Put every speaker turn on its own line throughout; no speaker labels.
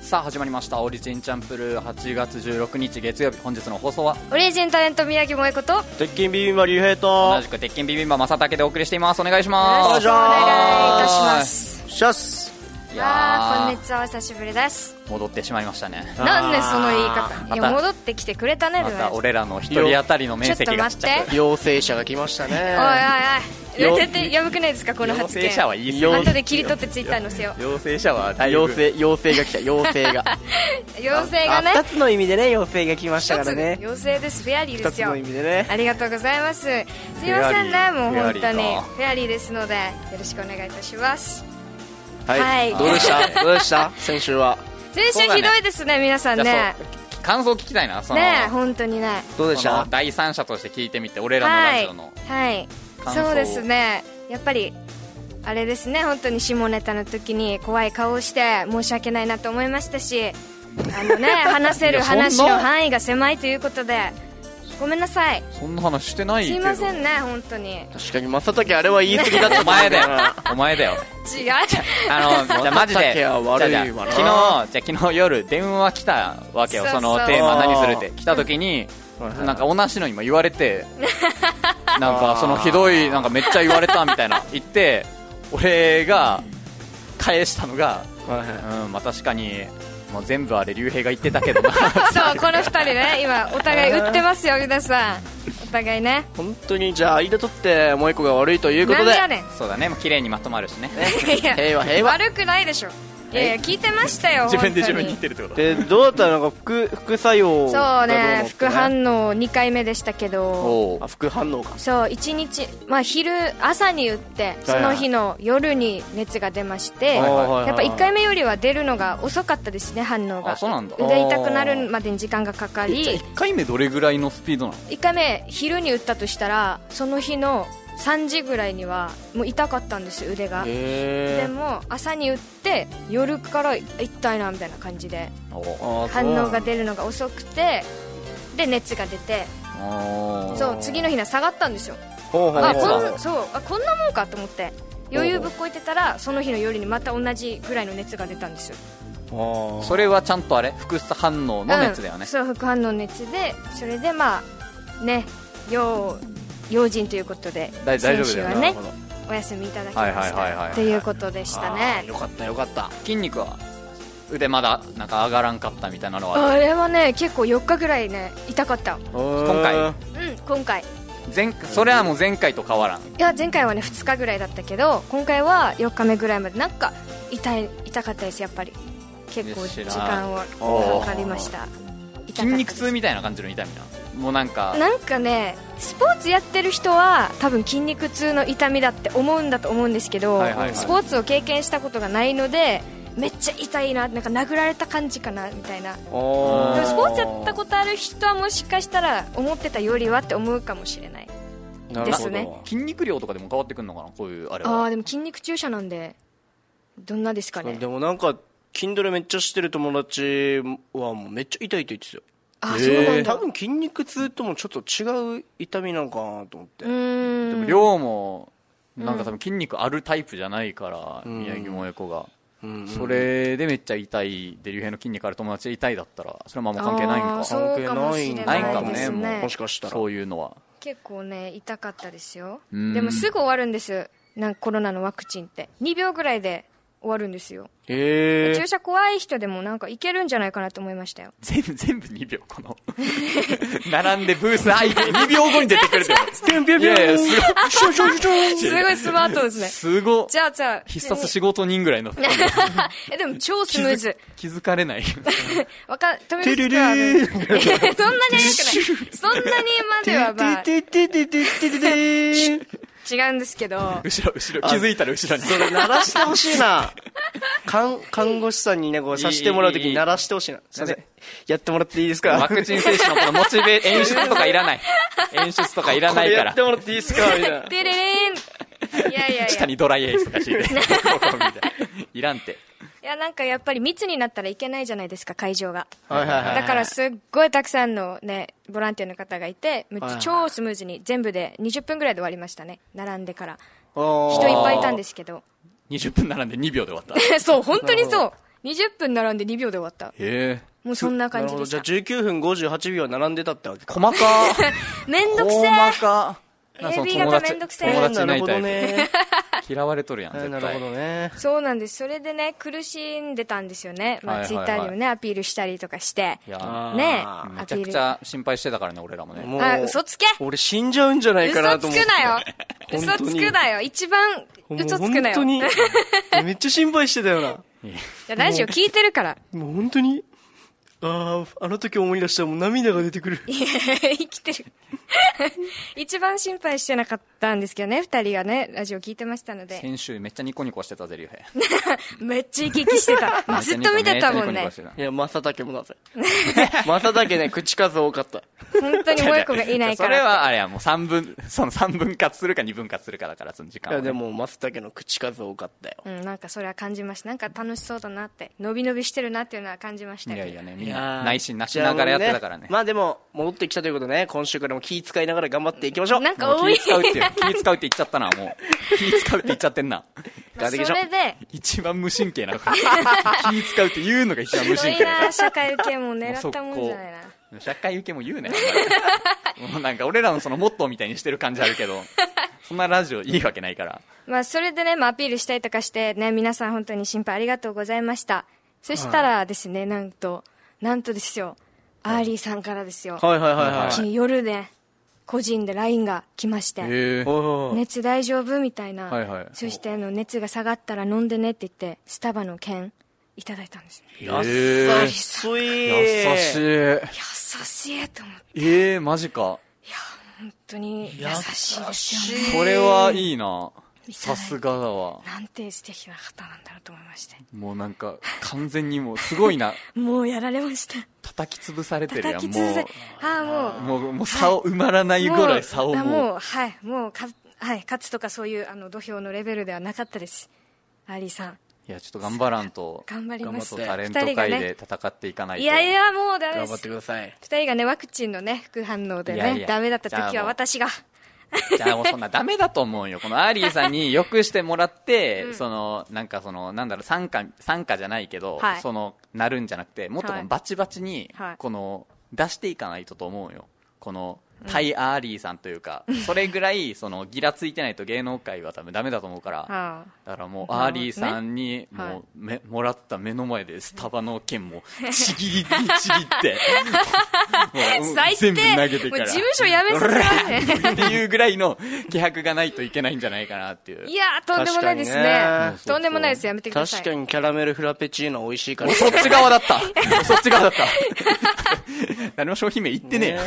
さあ始まりました「オリジンチャンプルー」8月16日月曜日本日の放送は
オリジンタレント宮城萌子と
鉄筋ビビンバ竜兵
同
と
じく鉄筋ビビンバ正竹でお送りしていますお願いします
よろしくお願
いいたします
シャス
い
あーこん
や
にちはお久しぶりです
ー戻ってしまいましたね
あー
なんでその言い
また
方いや戻ってきてくれたね
ま
ルナ
た俺らの一人当たりの面積がちっちゃく
陽性者が来ました
おいおい
ね
おい
よ
絶対やばくないですかこの
陽
発
性
言
者はいいっす
よ
ね
後で切り取ってツイッターに載せよ
陽性者はだいぶ
陽性陽性が来た陽性 が
う妖精がね
あ二つの意味でね陽性が来ました
一
か
つ
らね
妖精ですフェアリーで
二
す
つ
よ
の意味でね
ありがとうございますすいませんねもう本当にフェアリーですのでよろしくお願いいたしますはい
どうでしたどうでした先週は
先週ひどいですね皆さん
い
ね
やそう感想聞きたいなその
ねえ本当にね
どうでし
その
た
第三者として聞いてみて俺らの
は
ラ
い
ジオの
はい
感想を
そうですねやっぱりあれですね本当に下ネタの時に怖い顔をして申し訳ないなと思いましたしあ のね話せ
い
る
やそんな
話の範囲が狭いということでごめんなさい
そんな話してない
す
けど
いませんね本当に違う
確かに正竹あれは言い過ぎだった
お前だよお前だよ あのじゃあマジで
畑
じゃ
は
あじゃあ
悪いわな
昨日じゃあ昨日夜電話来たわけよ
そう
その
そう
テーマ
あー
何するって来た時に
はいはい
なんか同じのにも言われて なん
あ
か
ー
そのひどいなんかめっちゃ言われたみた いな言って俺が返したのが
はいはい
うんまあ確かにもう全部あれ竜兵が言ってたけど な
そうこの二人ね今お互い売ってますよ皆さんお互いね
本当にじゃあ間取ってもう一個が悪いということ
なん
で
でやねん
そうだねもう綺麗にまとまるしね
いや
平和平和
悪くないでしょいやいや聞 いてましたよ
自分で自分
本当
に
に
言ってるってこと
でどうだったのなんか副副作用
そう
がどのって
ね副反応2回目でしたけど
おう
あ副反応か
そう1日、まあ、昼朝に打ってその日の夜に熱が出まして、
はいはいはいはい
やっぱ1回目よりは出るのが遅かったですね反応が
あそうなんだ
腕痛くなるまでに時間がかか
えじゃあ
り
1回目どれぐらいのスピードなの
1回目昼に打ったとしたらその日の3時ぐらいにはもう痛かったんです腕が、で
へ
も朝に打って夜から痛いなみたいな感じで
おう
え
反応が出るのが遅くてで熱が出て
おう
そう次の日には下がったんですよ
ほうほう
あ
ほう
こんそうあこんなもんかと思って余裕ぶっこいてたらその日の夜にまた同じぐらいの熱が出たんですよ
あー
それはちゃんとあれ副反応の熱だよ
うん
ね、
そう副反応の熱でそれでまあね要要人ということで
だ大丈夫
選
だ
手
よ
は
なる
ね
ほど
お休みいただき
は
ま
いはい
し
はいはいはい
たということでした
あー
ね
よかったよかった
筋肉は腕まだなんか上がらんかったみたいなのは
あれはね結構4日ぐらいね痛かったうん
今
回
今回
前それはもう前回と変わらん
いや前回はね2日ぐらいだったけど今回は4日目ぐらいまでなんか痛い痛かったですやっぱり結構時間をかかりました痛かった
筋
です
肉痛みたいな感じの痛みなもうなんか
なんかねスポーツやってる人は多分筋肉痛の痛みだって思うんだと思うんですけど、
はいはいはい
スポーツを経験したことがないのでめっちゃ痛いななんか殴られた感じかなみたいなで
お
もスポーツやったことある人はもしかしたら思ってたよりはって思うかもしれない
と
ですね
筋肉量とかでも変わってくるのかなこういうあれ
あ
は
ーでも筋肉注射なんでどんなですかね
でもなんか Kindle めっちゃしてる友達はもうめっちゃ痛いと言ってたよ
あーそうなんだ
多分筋肉痛ともちょっと違う痛みなのかなと思って
うーん
でも量もなんか多分筋肉あるタイプじゃないから、
ん
宮城萌子が、
うん
それでめっちゃ痛いで竜兵の筋肉ある友達が痛いだったらそれはまあもう関係ないん
あー
か
そうかもしれ
ないん
な
か
い
も
で
ね
す
も
ね
もしかしたら
そういうのは
結構ね痛かったですよ
うん
でもすぐ終わるんですなんかコロナのワクチンって2秒ぐらいで終わるんですよ
え
注射怖い人でもなんかいけるんじゃないかなと思いましたよ
全部全部2秒この 並んでブース開いて2秒後に出てくるってこと
ー、ピュンピュン
い
ピュン
やいやすごい
シュンシュンシュンシュ
す
ン
ごいスマートで すね
すごっ
じゃあじゃあ
必殺仕事人ぐらいの
えでも超ス
気
ムーズ
づ気づかれない
わか飛び出
テレ
すはね
レ
そんなに早くない そんなにまではまあ
テテテテテテテテ
違うんですけど
後ろ後ろ気づいたら後ろに
それ鳴らしてほしいな 看看護師さんにねこうさせてもらうときに鳴らしてほしいなすいませんやってもらっていいですか
ワクチン接種のこのモチベ演出とかいらない演出とかいらないか
これや
ら
ってもらっていいですかみたいな
デレレーンいやいやい
下
や
にドライエースとか敷いてここみたいないらんって
いやなんかやっぱり密になったらいけないじゃないですか会場が
はいはいはい
だからすっごいたくさんのねボランティアの方がいてむっちゃ
はいはい
超スムーズに全部で20分ぐらいで終わりましたね並んでから
人
人いっぱいいたんですけど
20分並んで2秒で終わった
そう本当に
な
そう20分並んで2秒で終わった
へえ
もうそんな
な
感
る
じ
ほ
で
ど
し
じゃ
た
あ19分58秒は並んでたってわけか
細か
めんどくせえ
細かなんかその
AB
友達
型めんどくせ
友
え
達いないタイプ、
なるほどね
嫌われとるやん
えー
絶
な
対
るほどね
そうなんですそれでね苦しんでたんですよね、まあ
はいはい
ツイ
はい
ッターにもねアピールしたりとかして
いや
あー
ね
あ
め
ア
ち
ピ
ゃ
ー
く
ル
ちゃ心配してたからね俺らもね
もう
あ嘘つけ
俺死んじゃうんじゃないかな
嘘
と
つ
思
く
って
なよ
本
嘘
当
つ
に
くなよ一番
もう
嘘つくな
本当
よい
にめっちゃ心配してたよな
やラジオ聞いてるから
もう本当にあああの時思い出したらもう涙が出てくる
いや 生きてる 一番心配してなかったんですけどね二人がねラジオ聞いてましたので
先週めっちゃニコニコしてたぜ竜兵
めっちゃ生き生きして たずっと見てたもん
め
ね
っちゃニコニコしてた
いや正竹もなさい正竹ね口数多かった
本当にもう一個がいないか
それ
ら
はあれやもう3分 その三分割するか2分割するかだからその時間
い
は
や
ね
でも正竹の口数多かったよ
うん、なんかそれは感じましたなんか楽しそうだなって伸び伸びしてるなっていうのは感じました
い
け
や
ど
いやねみんな内心なしながらやってたからね
まあでも戻ってきたということでね今週からも気使いながら頑張っていきましょう
なん
も
か
う
多い
気使うってよ気使うって言っちゃったなもう気使うって言っちゃってんな
まあそ
ガーデンでしょ
れで
一番無神経な気 使うって言うのが一番無
すご
神
い
経だから
な社会受けも狙
もう
ったもんじゃないな
速攻社会受けも言うねもうなんか俺らのそのモットーみたいにしてる感じある けどそんなラジオいいわけないから
まあそれでね、まあ、アピールしたりとかしてね皆さん本当に心配ありがとうございましたそしたらですね、なんとなんとですよアーリーさんからですよ、
はいはいはいはい
は
昨日夜ね個人で LINE が来まして、
へえ
おー
熱大丈夫みたいな、
はいはい
そしてあの熱が下がったら飲んでねって言ってスタバの券いただいたんですね
優しい
優しいえ
優しいと思って
えマジか
本当に優しいですよね
これはいいなさすがだわ
なんて素敵な方なんだろうと思いまして
もうなんか完全にもうすご いな
もうやられました
叩き潰されてるや
叩
ん
き
も
続けああもう
うもうもう差を埋まらないぐらい差を
あ
もう
うはいもうかはい勝つとかそういうあの土俵のレベルではなかったですアーリーさん
いやちょっと頑張らんと
頑張ります
頑張っとタレント
二
界
人が
で
ね
戦っていかないと
いやいやもうダメ
頑
で
張っ
す
てください
二人がねワクチンのね副反応でね
いやいや
ダメだった
じ
時
ゃあ
は
もう
私が
じゃあもうそんなダメだと思うよ。このアーリーさんによくしてもら って、その、なんかその、なんだろう、参加、参加じゃないけど、
はい
その、なるんじゃなくて、もっとこ
は
の
い
バチバチに
はい、
この、出していかないとと思うよ。この、対アーリーさんというか、それぐらい、その、ギラついてないと芸能界は多分ダメだと思うから、
ああ
だからもう、アーリーさんに、
な
も
るほ
う、め、もらった目の前で、スタバの剣も、ちぎりにちぎ って、もう
最低
全部投げてから。
もう事務所辞めさせられね
っていうぐらいの気迫がないといけないんじゃないかなっていう。
いやーとんでもないですね
確かにね
とんでもないですやめてください
確かにキャラメルフラペチーノ美味しいから
おそっち側だ った。おそっち側だった。誰も商品名言ってねえよ。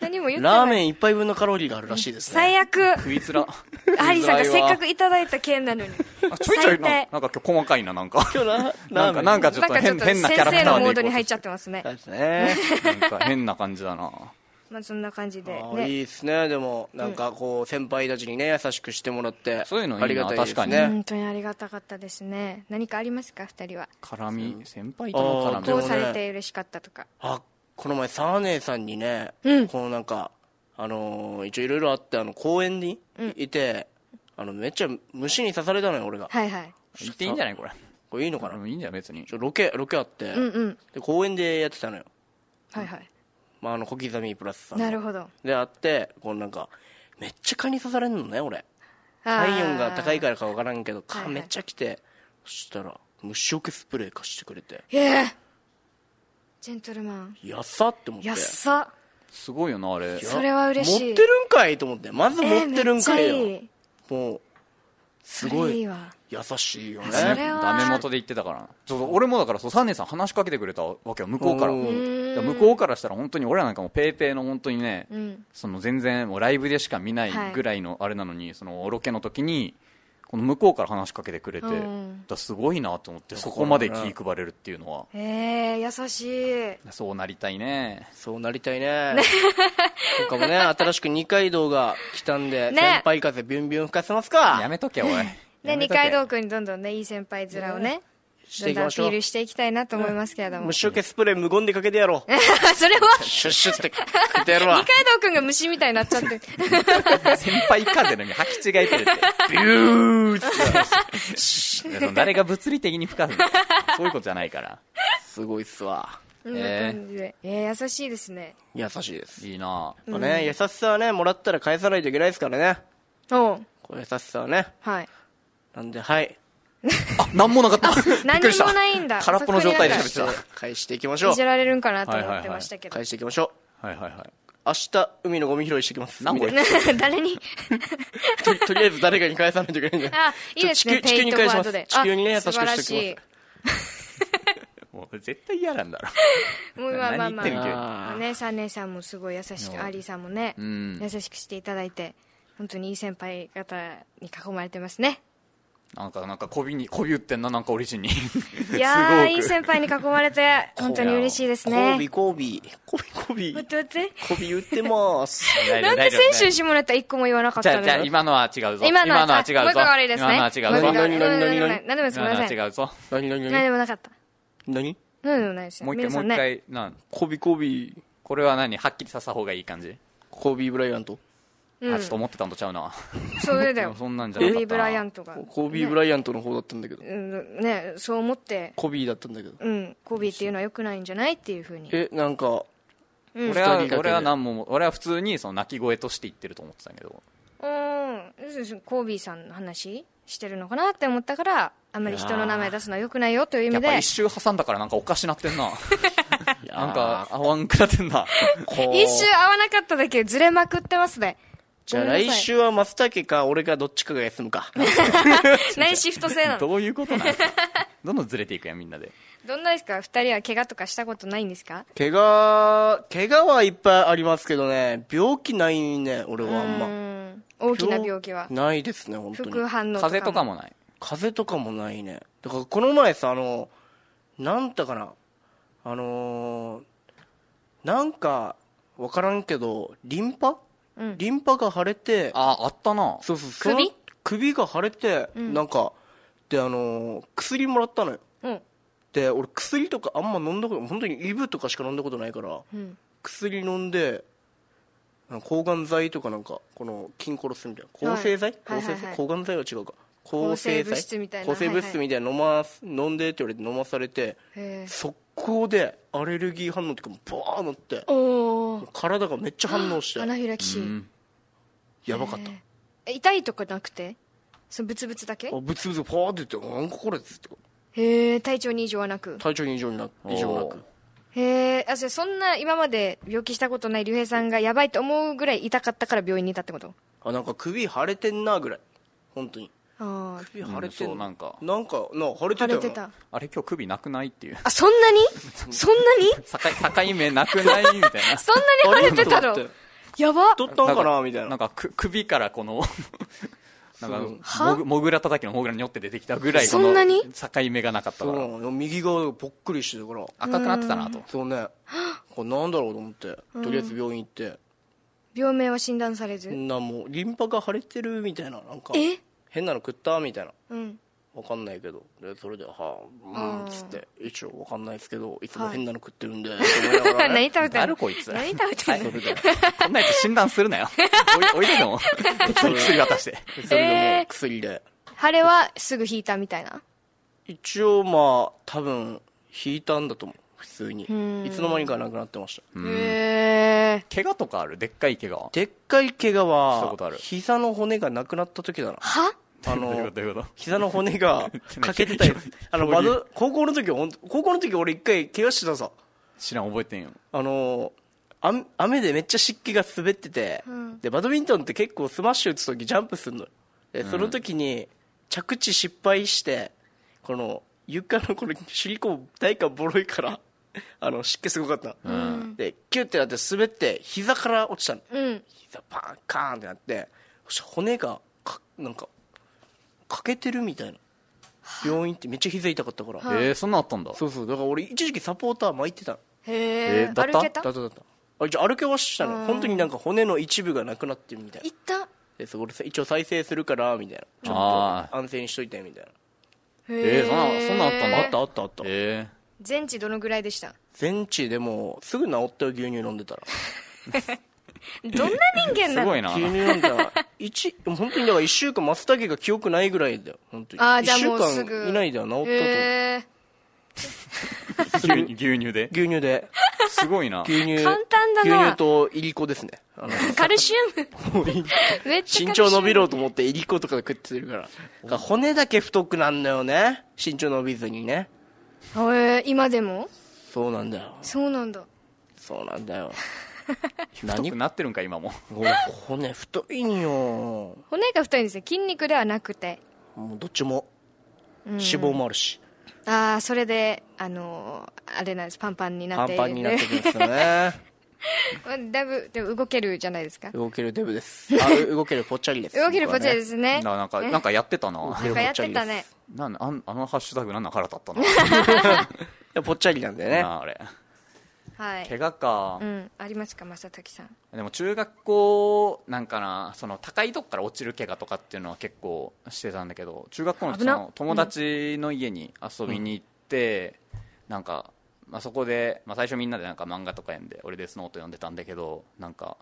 何も言ってない
ラーメン一杯分のカロリーがあるらしいですね
最悪
食いづら。
アーリーさんがせっかく
あ
いただいた件なのに
ちょいちょい
最
な、なんか
低
今日細かいな、なんか。
今日ラ
な
ラ
ん
ー
か、
メン
なんかちょっ
なん
と
かちょ
変
っと
変なキ
先
ャラク
生
タ
の
ー
モ
で
ードに入っちゃ
っ
ってますね
そうですね
て。なんか変な感じだな。
まあそんな感じで
あー
ね
いいですねでもなんかこう先輩たちにね優しくしてもらって
そういうのいいな
ありがたいです
確かに
ね
本当にありがたかったですね何かありますか二人は
絡み、先輩との
あー
絡
で
ど
み
も
う
ね。
されて嬉しかったとか
あこの前サーネーさんにね、このなんかあのー一応いろいろあってあの公園にいて、あのめっちゃ虫に刺されたのよ 俺が
はいはい
言っていいんじゃないこれ。
これいいの
あ
かな
のいいんじゃない別に
ち。ょロケロケあって、
うんうん
で公園でやってたのよ、
はいはい
まあ、あの小刻みプラスさんの
なるほど
であってこのなんかめっちゃ蚊に刺されるのね俺
あー
体温が高いからか分からんけど
はい
蚊
はい
めっちゃ来て、そしたら虫除けスプレー貸してくれて
ええジェントルマン
やっさって思って
やっさ
すごいよな、あれ。
それは嬉しい
持ってるんかいと思ってまず持ってるんかいよ、
えーめっちゃいい
もうす
そ
ご
れい
い
いわ
優しいよね
それは
ダメ元で言ってたからそうそう俺もだからそうサンデーさん話しかけてくれたわけよ向こうから
うん
だから向こうからしたら本当に俺らなんかもうペイペイの本当にね、
うん
その全然もうライブでしか見ない
はい
ぐらいのあれなのに、そのロケの時にこの向こうから話しかけてくれて、
うん
だからすごいなと思ってそこまで気配れるっていうのは、
ええ優しい
そうなりたいね
そうなりたいね今回もね新しく二階堂が来たんで、
ね
先輩風ビュンビュン吹かせますか
やめとけおいや め
ね二
とけ
階堂君にどんどんねいい先輩面をね
して
どん
いき
どん
ま
ア
し
ピ
ょう
ールしていきたいなと思いますけれども
虫除けスプレー無言でかけてやろう
それは
シュッシュッってかけてやる
二
わ
階堂くんが虫みたいになっちゃって
先輩風のに履き違えてるって
ビューッ
いやその 誰が物理的に吹かず そういうことじゃないから
すごいっすわ
こんな感じでえー優しいですね
優しいです、
いいなぁ
まあね優しさはねもらったら返さないといけないですからね
おう
こう優しさはね
はい
なんではい
あ何もなかった
何にもないんだ
空っぽの状態で喋って
そこにある
た
返していきましょう
いじられるんかなと思ってましたけど
返していきましょ
はいはいは
う明日海のゴミ拾いしてきます
何個
みたい
誰に
なととりあえず誰かに返さないといけないんで
あいいですね
ちょ地球
ペイントワードで
地球に
あ
返します
素晴ら
地球にね優し
し
く
いもう絶対嫌なんだろ
いもうまあまあま
何言ってんの
あ
あー
ね3年さんもすごい優しくアーリーさんもね
うん
優しくしていただいて本当にいい先輩方に囲まれてますね
なんかなんかこびにこび打ってんななんかオリジンに
いや
すご
ー
く
いい先輩に囲まれ て本当に嬉しいですね
交尾交尾交尾交
待って待っ
尾
て
交尾言ってます
なんで先週下ネタ一個も言わなかっ
じゃ
た
あ
の
じゃあ
よ
今のは違うぞ
今のは
違うぞ
もう一個が悪いです
今
ね
のは違う
も
ぞ
う一個が悪い
何何何何
何でもない何でもない
今
すみ
の
ま
は
せん
違うぞ
何何
何
何
でもなかった
何
何でもないですよ
もう一回も
皆さ
うん一
ね
回なん
交尾交尾
これは何はっきりさせた方がいい感じ
交尾ブライアント
うん
あちょっと思ってたんとちゃうな
そうだ
で
よ
も そんなんじゃ
コ
な
ビ
か
ー・
った
ブライア
な
ントが
交尾ブライアントの方だったんだけど
うんねそう思って
交尾だったんだけど
うんコビーっていうのは良くないんじゃないっていうふうに
えなんか
うん
俺は
二人だけで
俺は何も俺は普通にその鳴き声として言ってると思ってたけど
うんコビーさんの話してるのかなって思ったからあんまり人の名前出すのは良くないよという意
や
味
っ
で
ぱ一周挟んだからなんかおかしなって んななんか
か
あわんくなってんな
こう
一周合わなかっただけずれまくってますね
じゃあ
ごめん
来
なさい
週は松竹か俺かどっちかが休むか
何シフト制なの
どういうことなんどんどんずれていくやんみんなで
どんなですか二人は怪我とかしたことないんですか
怪我怪我はいっぱいありますけどね病気ないね俺はあん
う
ま
ん大きな病気は
ないですね本当に
副反応とか
風邪とかもない
風邪とかもないねだからこの前さあのなんだかなあのーなんかわからんけどリンパ、
うん
リンパが腫れて
ああったな
そうそうその
首
首が腫れて、なんかであのー薬もらったのよ
うん
で俺薬とかあんま飲んだこと本当にイブとかしか飲んだことないから
うん
薬飲んであの抗がん剤とかなんかこの菌殺すみたいな抗生剤、
はい
抗生剤、
はいはいはい
抗がん剤は違うか
抗生物質みたいな
抗生物質みたいな飲ます、飲んでって言われて飲まされて
へえ
速攻でアレルギー反応とかもバーンなって
おお
体がめっちゃ反応して
アナフィラキシ
う
ー
ん
やばかった
え痛いとかなくてそのブツブツだけ
あブツブツパーって言ってなんかこれっつって
へえ体調に異常はなく
体調に異常にな異常な
おー
く
へえあそれそんな今まで病気したことない竜兵さんがやばいと思うぐらい痛かったから病院にいたってこと
あなんか首腫れてんなぐらい本当に
あ
首腫れて
うん
ん
そうなんか
なんかな腫れ
あ腫
てた
れ
よ
て
な
た
あれ今日首なくないっていう
あそんなにそんなに
境境目なくないみたいな
そん なに腫れてたの
あれと思って
やば
取ったんかなみたい
な
なん
かく首からこのなんか
は
もぐモグラ叩きのモグラによって出てきたぐらいこ
そん
の
なに
境目がなかったか
そうな
ら
のよ右側がぽっくりしてたから
赤くなってたなと
そ うねこれなんだろうと思ってとりあえず病院行って、
病名は診断されず、
なんもうリンパが腫れてるみたいななんか
え
変なの食ったみたいな
うん
わかんないけどでそれで「はあうん」っつって一応わかんないですけどいつも変なの食ってるんで、と思いなが ら
何
ね
食べて
なん
の
るこいつ
何食べてんの、
こんなやつ診断するなよおいおいで の適当に薬渡して
でそれでも
え
う
ー
薬で、
晴れはすぐ引いたみたいな
一応まあ多分引いたんだと思う普通に
ん
いつの間にかなくなってました
へえ
怪我とかあるでっかい怪我
でっかい怪我
したことあ
は
る
膝の骨がなくなった時だな
は
あ
どういう
の
ことどういうこと
膝の骨が欠けてたやつあの窓高校の時ほんと高校の時俺一回怪我してたさ
知らん覚えてんよ
あのー雨雨でめっちゃ湿気が滑ってて、でバドミントンって結構スマッシュ打つ時ジャンプするのよでその時に着地失敗してこの床のこの手裏剣大かボロいからあの湿気すごかったの、でキュッてなって滑って膝から落ちたの、
うん
膝パーンカーンってなってそしたら骨がかなんか欠けてるみたいな病院ってめっちゃ膝痛かったから、
えー、そんなんあったんだ
そうそうだから俺一時期サポーター巻いてたの
へ
え
え
ーだった
歩けた
だっただったあ一応歩けはしたの本当になんか骨の一部がなくなってるみたいな
行った
でそこでさ一応再生するからみたいなちょっ
あ
と安静にしといてみたいな
えーそんなそんなのあったんだ
あったあったあった
え
全治どのぐらいでした
全治でもすぐ治ったよ牛乳飲んでたら
どんな人
え
間
す
な
ご
の
いな
牛乳飲んだら一本当にだから1週間松茸が記憶ないぐらいだよ本当に
あー
1
じゃあ
週
もうすぐ
間以内では治ったと思う
へえ
牛乳 牛乳で
牛乳
すごいな
で牛乳
簡単だな
牛乳といりこですねあの
カルシウム めっちゃカ
身
ルシウム
長伸びろうと思っていりことか食ってるからだから骨だけ太くなんだよね身長伸びずにね
へえ今でも
そうなんだよ
そうなんだ
そうなん だよ
太
何
くなってるんか今も
俺骨太いんよも
骨が太いんですよ筋肉ではなくて
うどっちも脂肪もあるし
ああそれであのーあれなんですパンパンにな
パ
っ
ン
て
パンになってくるんですよね
るだいぶでも動けるじゃないですか
動けるデブですあう動けるぽっちゃりです
動けるポチですすね
ななんかなんかやってたな
なんかやってたね
なんあんあのハッシュタグなんなん腹立 ったな
ぽっちゃりなんだよね
なあれ
はい
怪我か
う、んありますか正時さん
でも中学校なんかなその高いとこから落ちる怪我とかっていうのは結構してたんだけど中学校の時
危な
その友達の家に遊びに行って、なんか、まあ、そこで、まあ、最初みんなでなんか漫画とか読んで俺でスノート読んでたんだけどなんか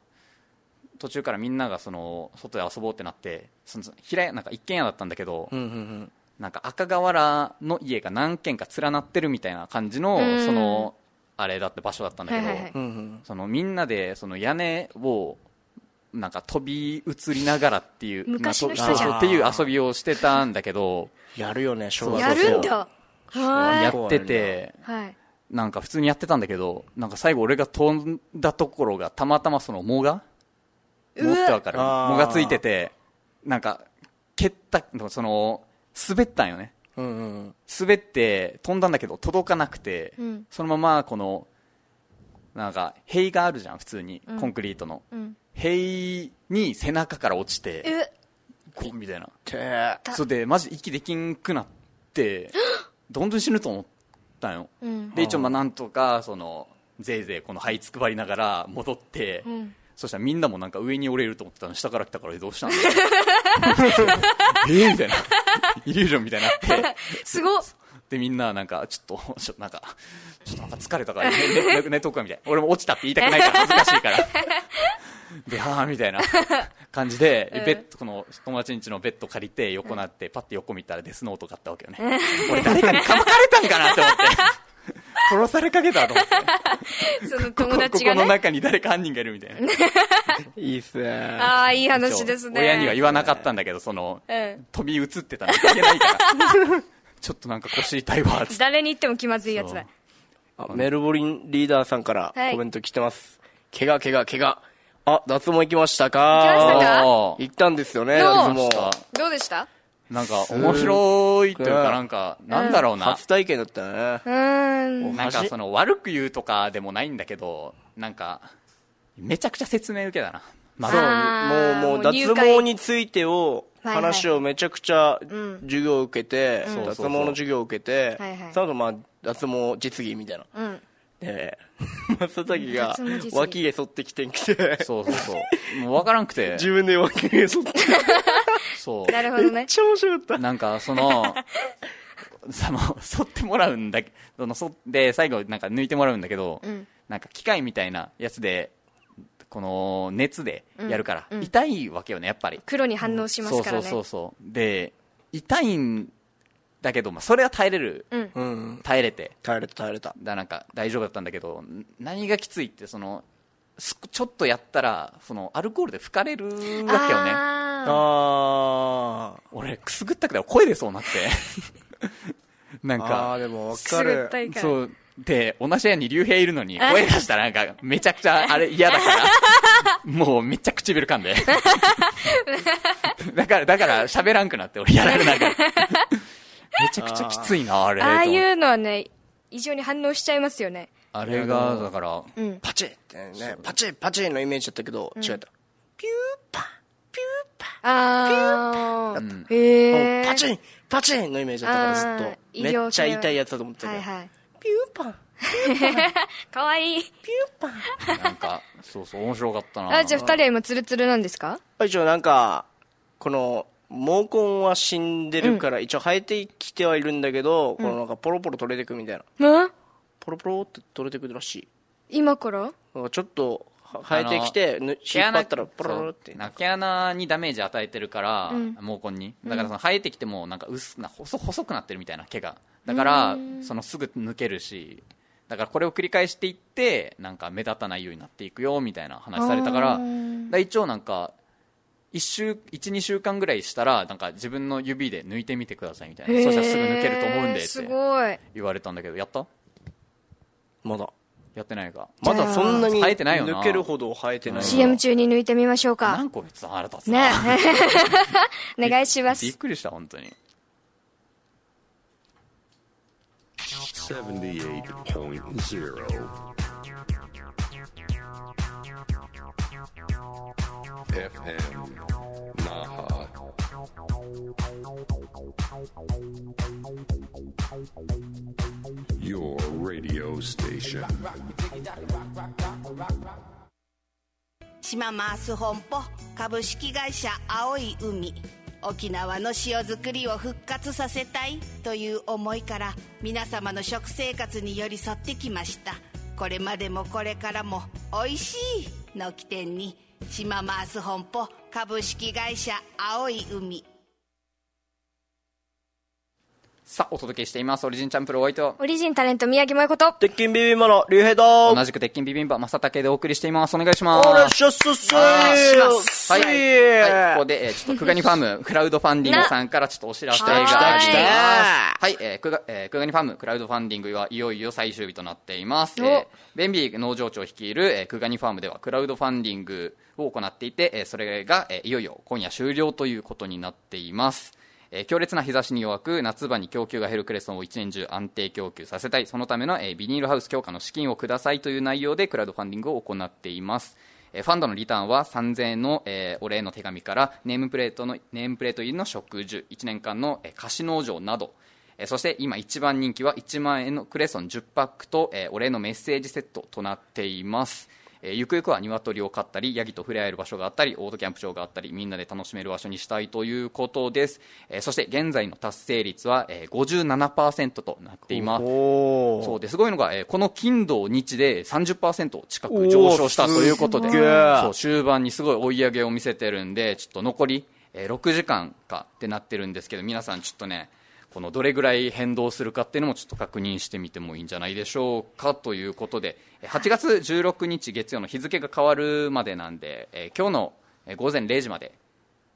途中からみんながその外で遊ぼうってなってその平屋なんか一軒家だったんだけど、
うんうんうん
なんか赤瓦の家が何軒か連なってるみたいな感じの、
うん
そのあれだって場所だったんだけど、
はいはいはい
うんうん
そのみんなでその屋根をなんか飛び移りながらっていう
昔の人
まあと
じゃ
そ
ん
うそうっていう遊びをしてたんだけど
やるよね小学校
やるんだ
や
は
こう
ってて
いはい
なんか普通にやってたんだけどなんか最後俺が飛んだところがたまたまその藻が
う
藻
わ
ってわかる
あー
藻がついててなんか蹴ったその滑ったんよね
うんうん
滑って飛んだんだけど届かなくて、
うん
そのままこのなんか塀があるじゃん普通に、
ん
コンクリートの
うん
塀に背中から落ちて
え
こうみたいな
てー
た
それでマジ息できんくな ってどんどん死ぬと思ったんよ
うん
で一応まあなんとかそのぜいぜいこの這いつくばりながら戻って、
うん
そしたらみんなもなんか上に折れると思ってたのに下から来たからえどうしたの えーみたいな イリュージョンみたいになって
すごっ
でみんななんかちょっとちょっとなんかちょっとなんか疲れたから寝寝寝寝とくかみたいな俺も落ちたって言いたくない から恥ずかしいからでああみたいな感じで、
うん
ベッドこの友達ん家のベッド借りて横なってパッて横見たらデスノートがあったわけよね俺誰かに噛まかれたんかなって思って 殺されかけたと思って
その
こ
友達
こ
が
この
ね
中に誰か犯人がいるみたいない
いっすね
ああいい話ですね
親には言わなかったんだけどその、
うん
飛び移ってたのいけない からちょっとなんか腰痛いわっつって
誰に言っても気まずいやつだ
あメルボリンリーダーさんから
はい
コメント来てます、怪我怪我怪我あ脱毛行きまし
行
た
きまし
か
たか
おー
行ったんですよね
どう
脱毛
あ
どうでした
なんか面白いという
すっご
か
い
なんかなんだろうな
初体験だったね
うーん
なんかその悪く言うとかでもないんだけどなんかめちゃくちゃ説明受けだなま
そう
あ
も
あ
う
ー
もう
もう
脱
入会
毛についてを
はいはい
話をめちゃくちゃ
ん
授業を受けて、
ん
脱毛の授業を受けて、
はいはい
その後まあ脱毛実技みたいな
うん
で松崎が
脱毛実技
脇毛剃ってきてんきて
そうそうそうもう分からんくて
自分で脇毛剃って
そ
な
う
るほど
めっ
ね
ちゃ面白かった
なんかそのその剃ってもらうんだけど剃って最後なんか抜いてもらうんだけど、
うん
なんか機械みたいなやつでこの熱でやるから、
うんうん
痛いわけよねやっぱり
黒に反応しますからね
そうそうそうそうで痛いんだけど、まあ、それは耐えれる、
うん
うん
耐えれて
耐えれた耐えれた
だなんか大丈夫だったんだけどん何がきついってそのすちょっとやったらそのアルコールで拭かれるわけよね
あ
あ
俺くすぐったくて声出そうになって なん
ーあー
か
でも
ー
分か
くすぐ
る
ったいから
そうで同じ部屋に竜兵いるのに声出したらなんかめちゃくちゃあれ嫌だから もうめっちゃ唇噛んでだからだから喋らんくなって俺やられないから めちゃくちゃきついなあれと思
あ
っ
あ
て
いうのはね異常に反応しちゃいますよね
あれがだから
うん
パチッってねパチッパチッのイメージだったけど、違ったピューパピ
ああ
ューって
ュー
へ
パ
え
ンパチンパチンのイメージだったからずっ
あ
と
ー医療系
めっちゃ痛いやつだと思ってた
は
け
い
ど、
はい
ピューパン
かわいい
ピューパン
なんかそうそう面白かったな
あじゃあ二人は今ツルツルなんですか
あ一応なんかこの毛根は死んでるから一応生えてきてはいるんだけど、このなんかポロポロ取れてくみたいな
うん
ポロポロって取れてくるらしい
今から
なんかちょっとは生えてきてぬ
毛
引っ張
穴
ったらポロポロって
そうなんか毛穴にダメージ与えてるから、毛根にだからその生えてきてもなんか薄な細細くなってるみたいな毛がだからそのすぐ抜けるしだからこれを繰り返していってなんか目立たないようになっていくよみたいな話されたから
あー
だ一応なんか1週12週間ぐらいしたらなんか自分の指で抜いてみてくださいみたいなそしたらすぐ抜けると思うんで
へーす
って
ごい
言われたんだけどやった
まだ
やってないか
まだそんなに
生えてないよな
抜けるほど生えてない
CM 中に抜いてみましょうか
何個別に腹立つな
ね お願いし
び
ま
っ
す
くりした本当に
78.0 FM Naha. Your radio station.
島マース本舗株式会社青い海沖縄の塩作りを復活させたいという思いから皆様の食生活に寄り添ってきましたこれまでもこれからも「おいしい」の起点に島マース本舗株式会社青い海
さあお届けしていますオリジンチャンプルお相手は
オリジンタレント宮城萌子と
鉄筋ビビンバの竜兵だ
同じく鉄筋ビビンバ正竹でお送りしていますお願いします
お願いします
はい、
せ
はい
ー
ここで、えーちょっと、くがにファーム、クラウドファンディングさんからちょっとお知らせがあります。
来た来た
はい、えーくが、えーくがにファーム、クラウドファンディングはいよいよ最終日となっています。
お
えーベンビー農場長率いる、えー、くがにファームではクラウドファンディングを行っていて、えーそれが、えーいよいよ今夜終了ということになっています。えー強烈な日差しに弱く夏場に供給が減るクレソンを一年中安定供給させたいそのための、えービニールハウス強化の資金をくださいという内容でクラウドファンディングを行っていますえーファンドのリターンは3000円の、えーお礼の手紙からネームプレートのネームプレート入りの植樹1年間の、えー菓子農場などえーそして今一番人気は1万円のクレソン10パックと、えーお礼のメッセージセットとなっていますえーゆくゆくは鶏を飼ったりヤギと触れ合える場所があったりオートキャンプ場があったりみんなで楽しめる場所にしたいということです、えーそして現在の達成率は、えー、57%となっています
おー
そうですごいのが、えーこの金土日で30%近く上昇したということで
おーすげー
そう終盤にすごい追い上げを見せてるんでちょっと残り、えー6時間かってなってるんですけど皆さんちょっとねこのどれぐらい変動するかっていうのもちょっと確認してみてもいいんじゃないでしょうかということでえー8月16日月曜の日付が変わるまでなんで、えー今日のえー午前0時まで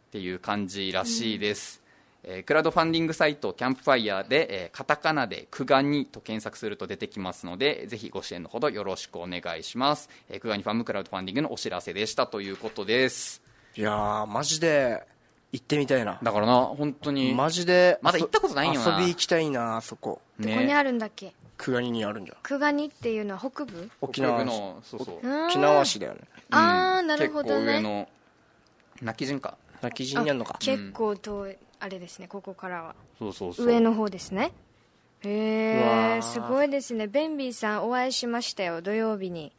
っていう感じらしいです、えークラウドファンディングサイトキャンプファイヤーで、えーカタカナで「クガニ」と検索すると出てきますのでぜひご支援のほどよろしくお願いします、えー、クガニファームクラウドファンディングのお知らせでしたということです
いやーマジで行ってみたいな
だからな本当に
マジで
まだ行ったことないよな
遊び行きたいなあそこ
どこに
ね
あるんだっけ
久我にあるんじゃん
久我にっていうのは北部
沖
北部
縄
のそうそう
うーん
沖縄市だよね
ああなるほど
結構上
ね
の泣き人か
泣き人にあるのか
結構遠いあれですねここからは
そうそうそう
上の方ですねへ
うわ
え
ー
すごいですねベンビーさんお会いしましたよ土曜日に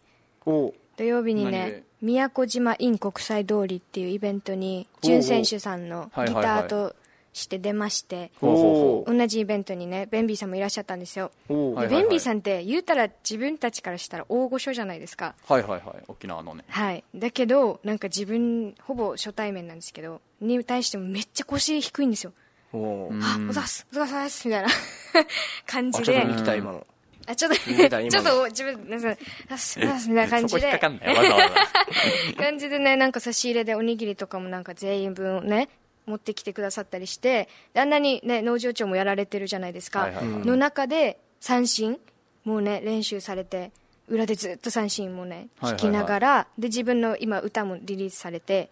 おう
土曜日に
何
ね
で
宮古島イン国際通りっていうイベントにジュン選手さんの
はい
ギタ
はいはい
ーとして出まして
ほうほ
お
同じイベントにねベンビーさんもいらっしゃったんですよ
うおう
はい
でベンビーさんって言うたら自分たちからしたら大御所じゃないですか
はいはいはい沖縄のね
はいだけどなんか自分ほぼ初対面なんですけどに対してもめっちゃ腰低いんですよ
おう
あおざっすおざっすおざっすみたいな 感
あ
じ
ちょっ
で
と見に来た今の
あちょっと
見た今の
ちょっと自分なんかおざっすおざっすみたいな感じ
そこ引っ
で
かかんないわざわざ
感じでねなんか差し入れでおにぎりとかもなんか全員分をね持ってきてくださったりしてであんなにね農場長もやられてるじゃないですか、
はいはいはい
の中で三振もうね練習されて裏でずっと三振もね
はいはいはい
弾きながら、で自分の今歌もリリースされて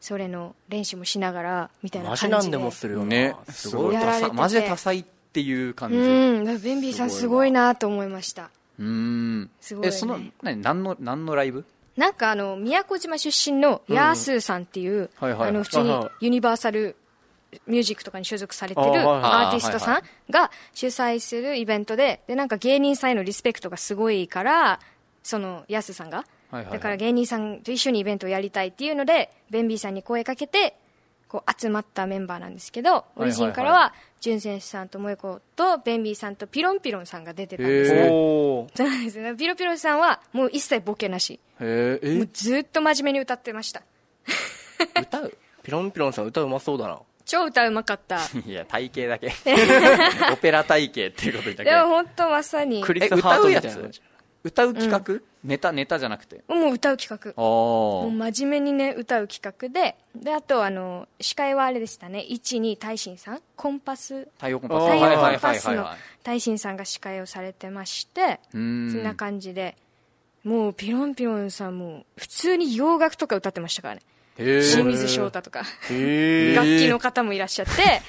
それの練習もしながらみたいな
マ
感じ
ジ
で
なんでもするよな
ね
すごい
やられてて
マジで多彩っていう感じ
うんだからベンビーさんすごいなと思いました
うん
すごいね
えその何何の何のライブ
なんかあの宮古島出身のヤースーさんっていう、
はいはいはい
あの普通
はい
に
はい
ユニバーサルミュージックとかに所属されてる
あはいはい
アーティストさんが主催するイベントででなんか芸人さんへのリスペクトがすごいからそのヤースーさんが、
はいはいはい
だから芸人さんと一緒にイベントをやりたいっていうのでベンビーさんに声かけてこう集まったメンバーなんですけど、オリジンからは、ジュン選手さんと萌子と、ベンビーさんとピロンピロンさんが出てたんです
へ
ね。
ー
おー
そうなんですね。ピロピロさんは、もう一切ボケなし。
へ
も
え
うずっと真面目に歌ってました。
え歌う
ピロンピロンさん歌うまそうだな
超歌うまかった。
いや体型 だけオペラ体型っていうことだけ
でも本当まさに、
クリ
え
ス・ハ
歌
ート
う
み
や
たいな感
つ
じ
歌う企画、ネタネタじゃなくて
もう歌う企画。
あ
もう
あ
真面目にね、歌う企画で、で、あと、あの、司会はあれでしたね、1、2、大臣さん、コンパス、
太陽コン
あ
パス
ー
太
はい
陽コ
は
ン
いは
パ
い
ス
はい
の
はい
大臣さんが司会をされてまして、
う
そんな
ーん
感じで、もうピロンピロンさんも、普通に洋楽とか歌ってましたからね。
へ
清
ー
水翔太とか、
へ
楽器の方もいらっしゃって、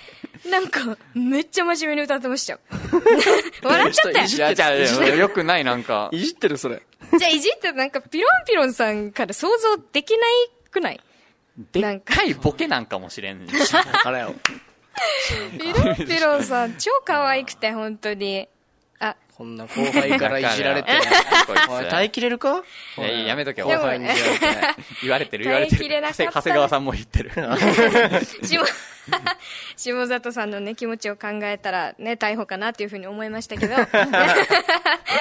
なんか、めっちゃ真面目に歌ってましたよ。笑っちゃったよ。
いやじゃあいやよくないなんか
いじってるそれ
じゃあいじってなんかピロンピロンさんから想像できないくないな
で
ん
っ
か
かいボケなんかもしれんし
あれよ
ピロンピロンさん超可愛くて本当に。あ、
こんな後輩からいじられて
だから
お
こい
い
つ
耐えきれるか
いやいややめとけ
でもね
後輩に言われてない言われてる言われて
耐えきれ
る
なか
長谷
った
長谷川さんも言ってる
下 下里さんのね気持ちを考えたらね逮捕かなっていうふうに思いましたけど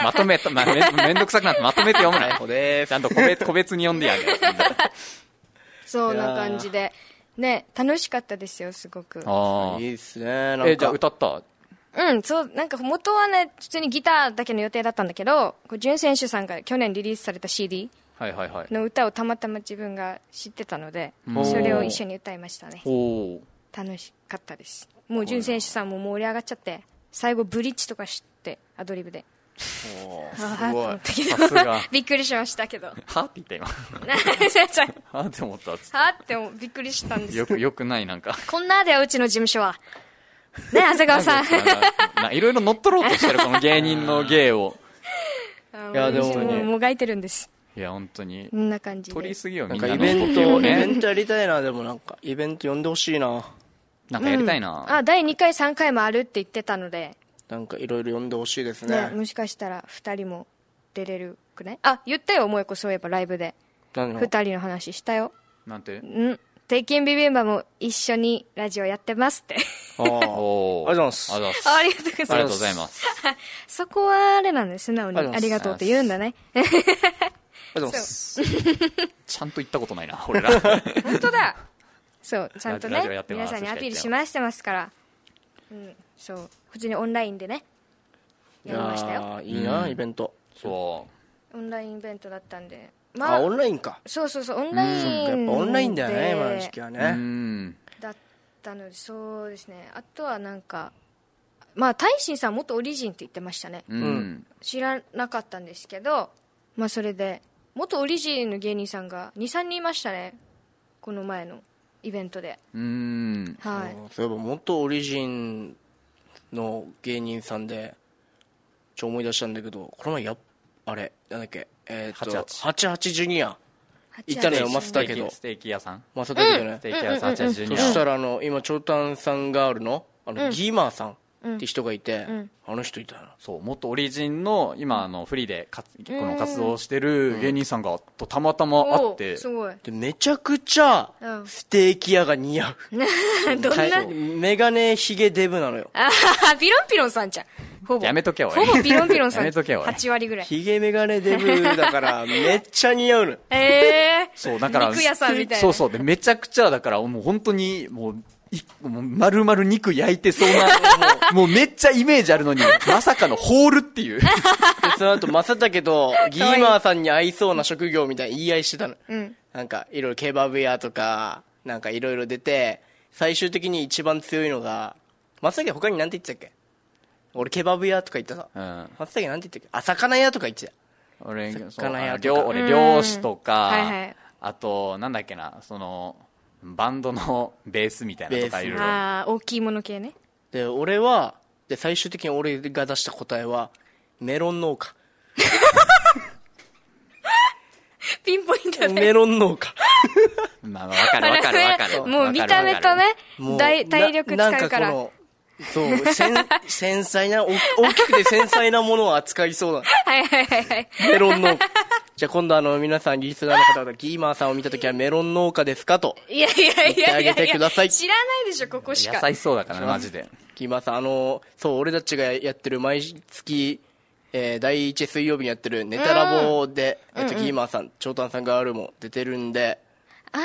まとめたまめめんどくさくなってまとめて読むな
逮捕でー
ちゃんと個別個別に読んでやる
そん
いや
な
ー
感じでね楽しかったですよすごく
あ
いいっすねなんか
えじゃあ歌った
うんそうなんか元はね普通にギターだけの予定だったんだけどこうジュン選手さんが去年リリースされた CD
はいはいはい
の歌をたまたま自分が知ってたので
うん
それを一緒に歌いましたね
おお
楽しかったですもうジュン選手さんも盛り上がっちゃって最後ブリッジとかしてアドリブでああと思ったけど
さすが
びっくりしましたけど
はって言った今
は
はって思ったっつ
あってもびっくりしたんです
よくよくないなんか
こんなではうちの事務所はね長谷川さん
なんかないろいろ乗っ取ろうとしてるこの芸人の芸を
あ
いやでもね
うもがいてるんです
いや本当に
こんな感じ
取
で
りすぎよ
な
み
ん
ん
か
なの
イベン
呼吸
ト、
を
イベン
ね
トやりたいな、でもなんか、イベント呼んでほしいな。
なんかやりたいな
あ第2回3回もあるって言ってたので
なんかいろいろ呼んでほしいです
ね
ね。
もしかしたら2人も出れるくないあ言ったよ萌子そういえばライブで
何を
2人の話したよ
なんて
うん鉄筋ビビンバも一緒にラジオやってますって
あー
お
ありがとうございます
ありがとうございます
あり
あり
がとうござ
がとうご
います
ざいます
そこはあれなんです素直に
ありがと
ありがと
うございます
うって言うんだね
ありがとうございます。
ちゃんと行ったことないな俺 らは
本当だそうちゃんとね
ラジオやってま
皆
す
さんにアピールしましてますからうんそう普通にオンラインでねやりましたよ
ーいいな、
うん
イベント。
そ
オンラインイベントだったんでま
あ、
あ
オンラインか。
そうそうそうオンライ
やっ
ン
ぱオンラインだよね、
で
今の時期は
うう
ね。
ん
だったのでそうですねあとはなんかまあ大臣さん元オリジンって言ってましたね
うん
知らなかったんですけどまあそれで元オリジンの芸人さんが23人いましたねこの前のイベントで
うん
はい
そういえば、元オリジンの芸人さんで、ちょ、思い出したんだけど、この前やっ、あれ、なんだっけ、えーっと、88ジュニア。いたのよマスター
ス
け
テ
ど
ーキステーキ屋さん
まさだけど
ス
ね。
テーキ屋さん88ジュ
そ
ニ
した
ア
ら、あの、今、長丹さんガールの、あの、ギーマーさんって人がいて、あの人いたな。
そう元オリジンの今あのフリーでかつこの活動してる芸人さんがとたまたま会っ
お
て
ーすごい
でめちゃくちゃ
うん
ステーキ屋が似合う、
どんな
はいメガネヒゲデブなのよ
あーピロンピロンさんじゃんほぼ
やめとけおい
ほぼピロンピロンさん
やめとけおい
8割ぐらい
ヒゲメガネデブだか らめっちゃ似合うのよ
ええー、
そうだから
肉屋さんみたいな
そうそうでめちゃくちゃだからもう本当にもういもう丸々肉焼いてそうなもうもうめっちゃイメージあるのにまさかのホールって いう
で その後マサタケとギーマーさんに合いそうな職業みたいな言い合いしてたの、
ん
なんかいろいろケバブ屋とかなんかいろいろ出て最終的に一番強いのがマサタケ他に何て言ってたっけ俺ケバブ屋とか言ったさ、
うん
マサタケ何て言ってたっけあ魚屋とか言ってた
俺そう
魚屋
あの
とか
漁俺漁師とか、
うんはいはい
あとなんだっけなそのバンドのベースみたいなのとか
ベ
い
ー
ろいろ
ああ大きいもの系ね
で俺はで最終的に俺が出した答えはメロン農家
ピンポイントで
メロン農家
まあ、わかるわかるわかる。
もう見た目とね
もう
大
な
体力使
なん
うから
このそうせん 繊細なお大きくて繊細なものを扱いそうな
はいはいはいはい
メロン農家じゃあ今度あの皆さんリスナーの方々ギーマーさんを見た時はメロン農家ですかと
いやいやいやい
言ってあげ
や
てください
知らないでしょここし
野
か
菜そうだからねマジで
ギーマーさんあのそう俺たちがやってる毎月、えー第1水曜日にやってるネタラボで、えっと、ギーマーさん長丹さんガールも出てるんで
あ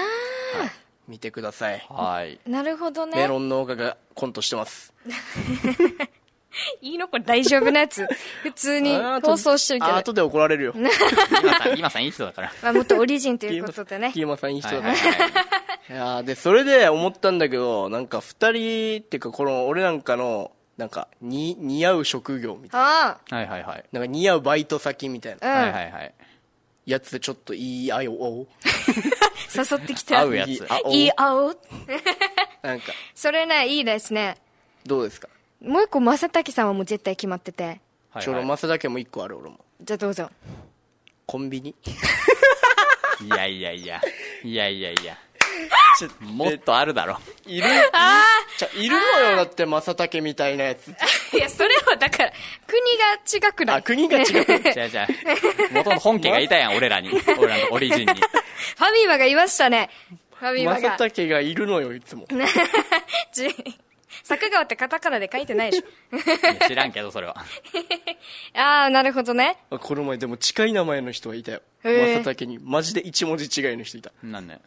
見てください
はい
あなるほどね
メロン農家がコントしてます
いいのこれ大丈夫なやつ普通に
あー後
放送してるけど
あ後で怒られるよ
今さん今さんいい人だから
まあ、もっとオリジンということでね
ギーマーさんいい人
はい
だ
はい
ね、
はい
いやーでそれで思ったんだけどなんか2人っていうかこの俺なんかのなんかに似合う職業みたい
あ
はいはいはい
ななんか似合うバイト先みたいな
あうん、
はいはいはい
やつでちょっといいあよおう
誘ってきた
合うや
いい
つ
あおう
いい青
なんか
それねいいですね
どうですか
もう一個正滝さんはもう絶対決まってて
はい
ちょうどマスだけも1個ある俺も
じゃあどうぞ
コンビニ
いやいやいやいやいやいやもっとあるだろ
いるじゃいるのよだってマサタケみたいなやつ
いやそれはだから国が違くない
あ国が違 う
ねファ
違う違う元の本家がいた やん俺らに俺らのオリジンに
ミマがいましたねファミ
マ
マ
サ
が
タケがいるのよいつも
じ 作川ってカタカナで書いてないでしょ
いや知らんけどそれは
ああなるほどね
あこの前でも近い名前の人はいたよ
へー
マサタケにマジで一文字違いの人いた
なんね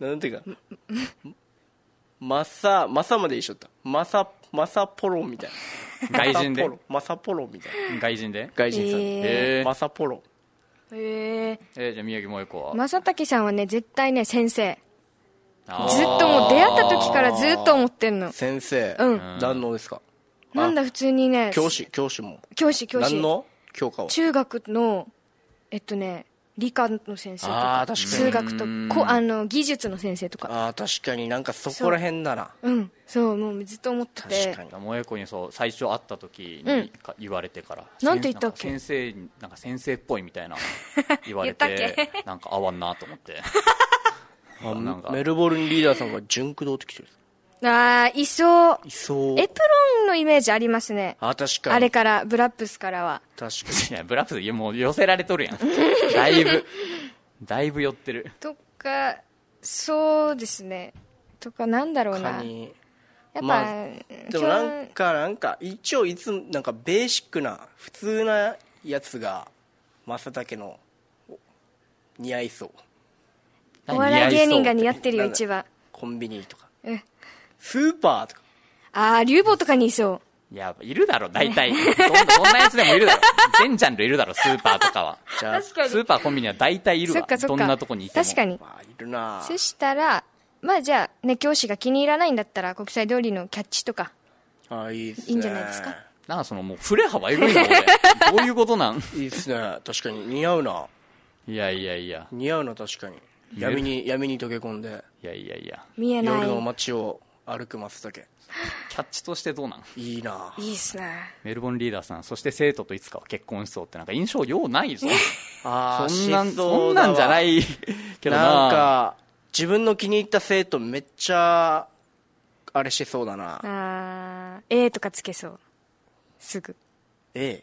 なんていうかマサマサまで一緒だったマサマサポロみたいな
外人で
マサポロマサポロみたいな
外人で
外人さん
へ
で、
えー
マサポロ
へえ
えーじゃあ宮城萌子は
正滝さんはね絶対ね先生
あー
ずっともう出会った時からずっと思ってんの
先生
うん
何のですか
なんだ普通にね
教師教師も
教師教師
何の教科は
中学のえっとね理科の先生と
あ
か
ー確かに
数学と
うん
かこあの技術の先生とか
ああ確かになんかそこら辺だな
うんそうもうずっと思ってて
確かに
萌子にそう最初会った時
うん
にか言われてから、
なんて言ったっけ
先生になんか先生っぽいみたい な言われ
言ってたっ
なんか合わんなと思ってあなんか
メルボルンリーダーさんが純駆動ってきてる
ああいそう
いそう
エプロンのイメージありますね
あ確かに
あれからブラップスからは
確
い
か
やブラップスいやもう寄せられとるやん
にだいぶ
だいぶ寄ってる
とかそうですねとかなんだろうな
他
やっ
に
ぱ、
まあでもなん
基
かなんか一応いつもなんかベーシックな普通なやつが正竹のお似合いそう
本お笑い芸人が似合
っ
ってるよ
なんだ
一番
コンビニとか
うん
スーパーとか
ああ流暴とかにいそう
いやいるだろ大体どんどんなやつでもいるだろ全ジャンルいるだろスーパーとかは
じゃあ
確かに
スーパーコンビニは大体いる
そ
わ
っかそっか
どんなとこにいても
確かに
まあいるな
そしたらまあじゃあね教師が気に入らないんだったら国際通りのキャッチとか
あいいっすね
いいんじゃないですか
なんかそのもう振れ幅えぐいな俺どういうことなん
いいっすね確かに似合うない
やいやいや
似合うな確かに闇に闇に溶け込んで
いやいやいや
見えない
夜の街を歩く松竹
キャッチとしてどうなん
いいない
いっすね
メルボンリーダーさんそして生徒といつかは結婚しそうってなんか印象ようないぞ
あー
そんなん
しそうだわ
そんなんじゃないけどな
なんか自分の気に入った生徒めっちゃあれしそうだな
あー A とかつけそうすぐ
ええ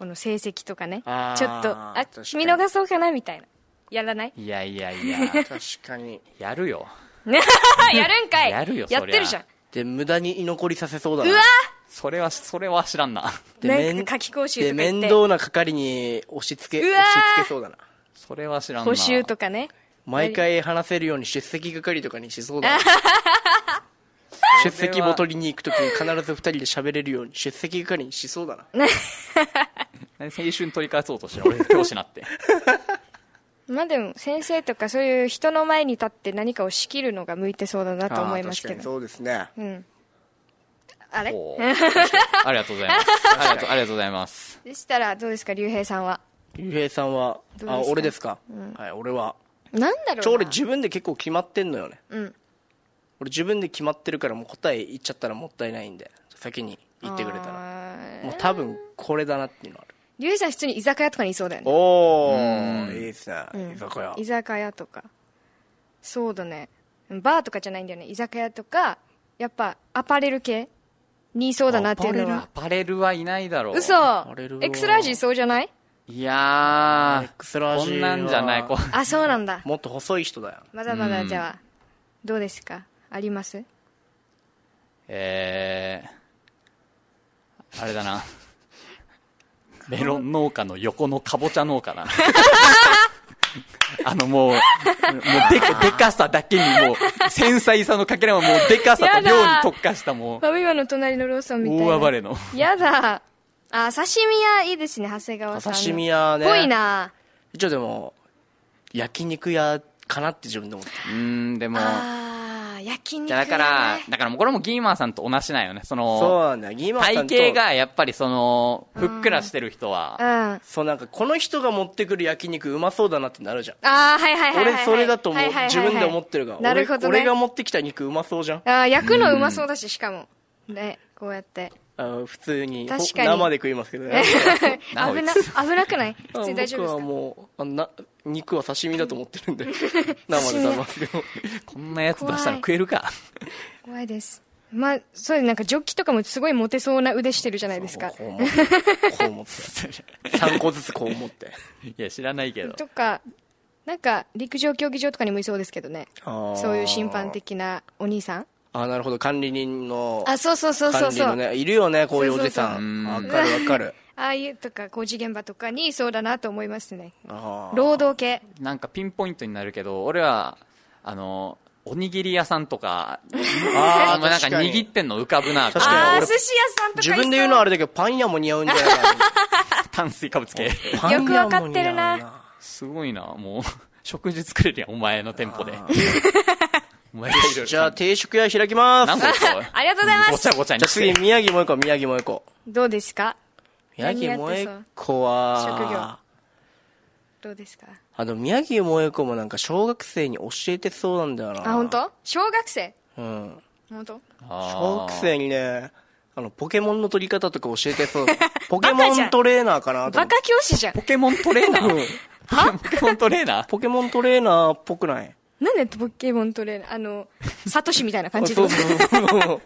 この成績とかねちょ
あー
っとあ
確か
見
に
逃そうかなみたいなやらない
いやいやいや
確かに
やるよ
やるんかい
やるよそり
や
ゃ
ってるじゃん
で無駄に居残りさせそうだな
うわ
それはそれは知らんな
で
なんか
面
夏期講習とか言
で
って
面倒な係に押し付け
うわ
押
ー
し付けそうだな
それは知らんな
補習とかね
毎回話せるように出席係とかにしそうだな出席も取りに行くときに必ず二人で喋れるように出席係にしそうだな
何青春取り返そうとしてる俺教師なって
まあでも先生とかそういう人の前に立って何かを仕切るのが向いてそうだなと思いますけ
あー確かに
ど
そうですね
うんあれ
おーありがとうございますありがとうありがとうございます
でしたらどうですか竜兵さんは
竜兵さんは
どうですか
あ俺ですか、はい俺は
なんだろうな
ちょ俺自分で結構決まってんのよね
うん
俺自分で決まってるからもう答え言っちゃったらもったいないんで先に言ってくれたら
ら
もう多分これだなっていうのある
竜兵さん普通に居酒屋とかにいそうだよね
おおいいですね
うん
居酒屋
居酒屋とかそうだねバーとかじゃないんだよね居酒屋とかやっぱアパレル系にいそうだなっていうの
ア
は
パレルはいないだろう
嘘
パレルは
エクスラージいそうじゃない
いやー
エクスラー
こ
ジ
んなんじゃないこ
あそうなんだ
もっと細い人だよ
まだま
う
だ
ん
じゃあどうですかあります
えー、あれだなメロン農家の横のかぼちゃ農家 だなあのもうもうでかでかさだけにもう繊細さのかけらはもうでかさと
やだ
量に特化したも
ファミマの隣のローソ
う
ンみたいな
大暴れの
やだあ刺身屋いいですね長谷川さんの
刺身屋ね
ぽいな
一応でも焼肉屋かなって自分で思って
うーんでも
あー焼肉
じゃ
屋
あだから
ね
だからもうこれもギーマーさんと同じなんよねその
そうなんだよギーマさんと
体型がやっぱりそのふっくらしてる人は、
うん
そうなんかこの人が持ってくる焼肉うまそうだなってなるじゃん
あーはいはいはいはい、は
俺
い、
それだと思う
はいはいはい
自
はい
分で思ってるが
なるほど、ね、
俺俺が持ってきた肉うまそうじゃん
あー焼くのうまそうだししかもねこうや って
あの普通に
確かに
生で食いますけどね
危
なおい
な危なくない普通に大丈夫ですか
あ僕はもうあのな肉は刺身だと思ってる んで生で食べますけど
こんなやつ出したら食えるか
怖いですまあそうですなんかジョッキとかもすごいモテそうな腕してるじゃないですか
こう持ってこう持って3個ずつこう持って
いや知らないけど
とかなんか陸上競技場とかにもいそうですけどねそういう審判的なお兄さん
あなるほど管理人の
あそうそうそうそ
管
う
理
そう、
のねいるよねこういうおじ
そうそう
さ
そうん
わかるわかる
ああいうとか工事現場とかにいそうだなと思いますね
あー
労働系
なんかピンポイントになるけど俺はあのおにぎり屋さんとか
あー
お前なんか
確かに
握ってんの浮かぶな
確かに
ああー寿
俺
司屋さんとかい
自
そう
分で言うのはあれだけどパン屋も似合うんじゃないかな
炭水化物系
パン屋も似合う
よくわかってるな
すごいなもう食事作れるやんお前の店舗でお前がいろいろ
じゃあ定食屋開きます
何
じ
個
ゃ
ですか
ありがとうございます
ごちゃごちゃに
あ
して
次宮城萌子宮城萌子
どうですか
宮城萌子は
職業どうですか
あの宮城萌子もなんか小学生に教えてそうなんだよな
あ本当小学生
うん
本当
あー
小学生にねあのポケモンの取り方とか教えてそうポケ
バカ
モ
じゃ
ン
ん
トレーナーかなと思
バ
って
カ教師じゃん
ポケモントレーナー ポケモントレーナー
ポケモントレーナーっぽくない
なんでポケモントレーナーあのサトシみたいな感じで
そ
歌
う
の
そうそうそう
お姉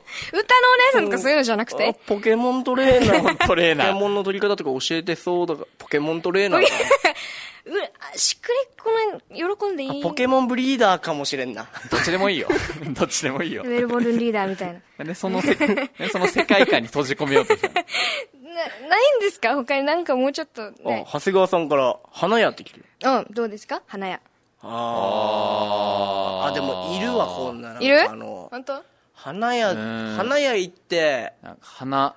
さんとかそういうのじゃなく
あ
て
ポケモントレーナ ー
トレーナー
ポケモンの取り方とか教えてそうだからポケモントレーナーか
うあしっくりこの喜んでいい
なポケモンブリーダーかもしれんな
どっちでもいいよ どっちでもいいよ
ウェルボルンリーダーみたいな
でそのせでその世界観に閉じ込めようとした
なないんですか他になんかもうちょっと
あ
ね
長谷川さんから花屋って来てる
うんどうですか花屋
ああでもいるわこんななんか
いる
あの
本当
花屋
ん
花屋行って
なんか花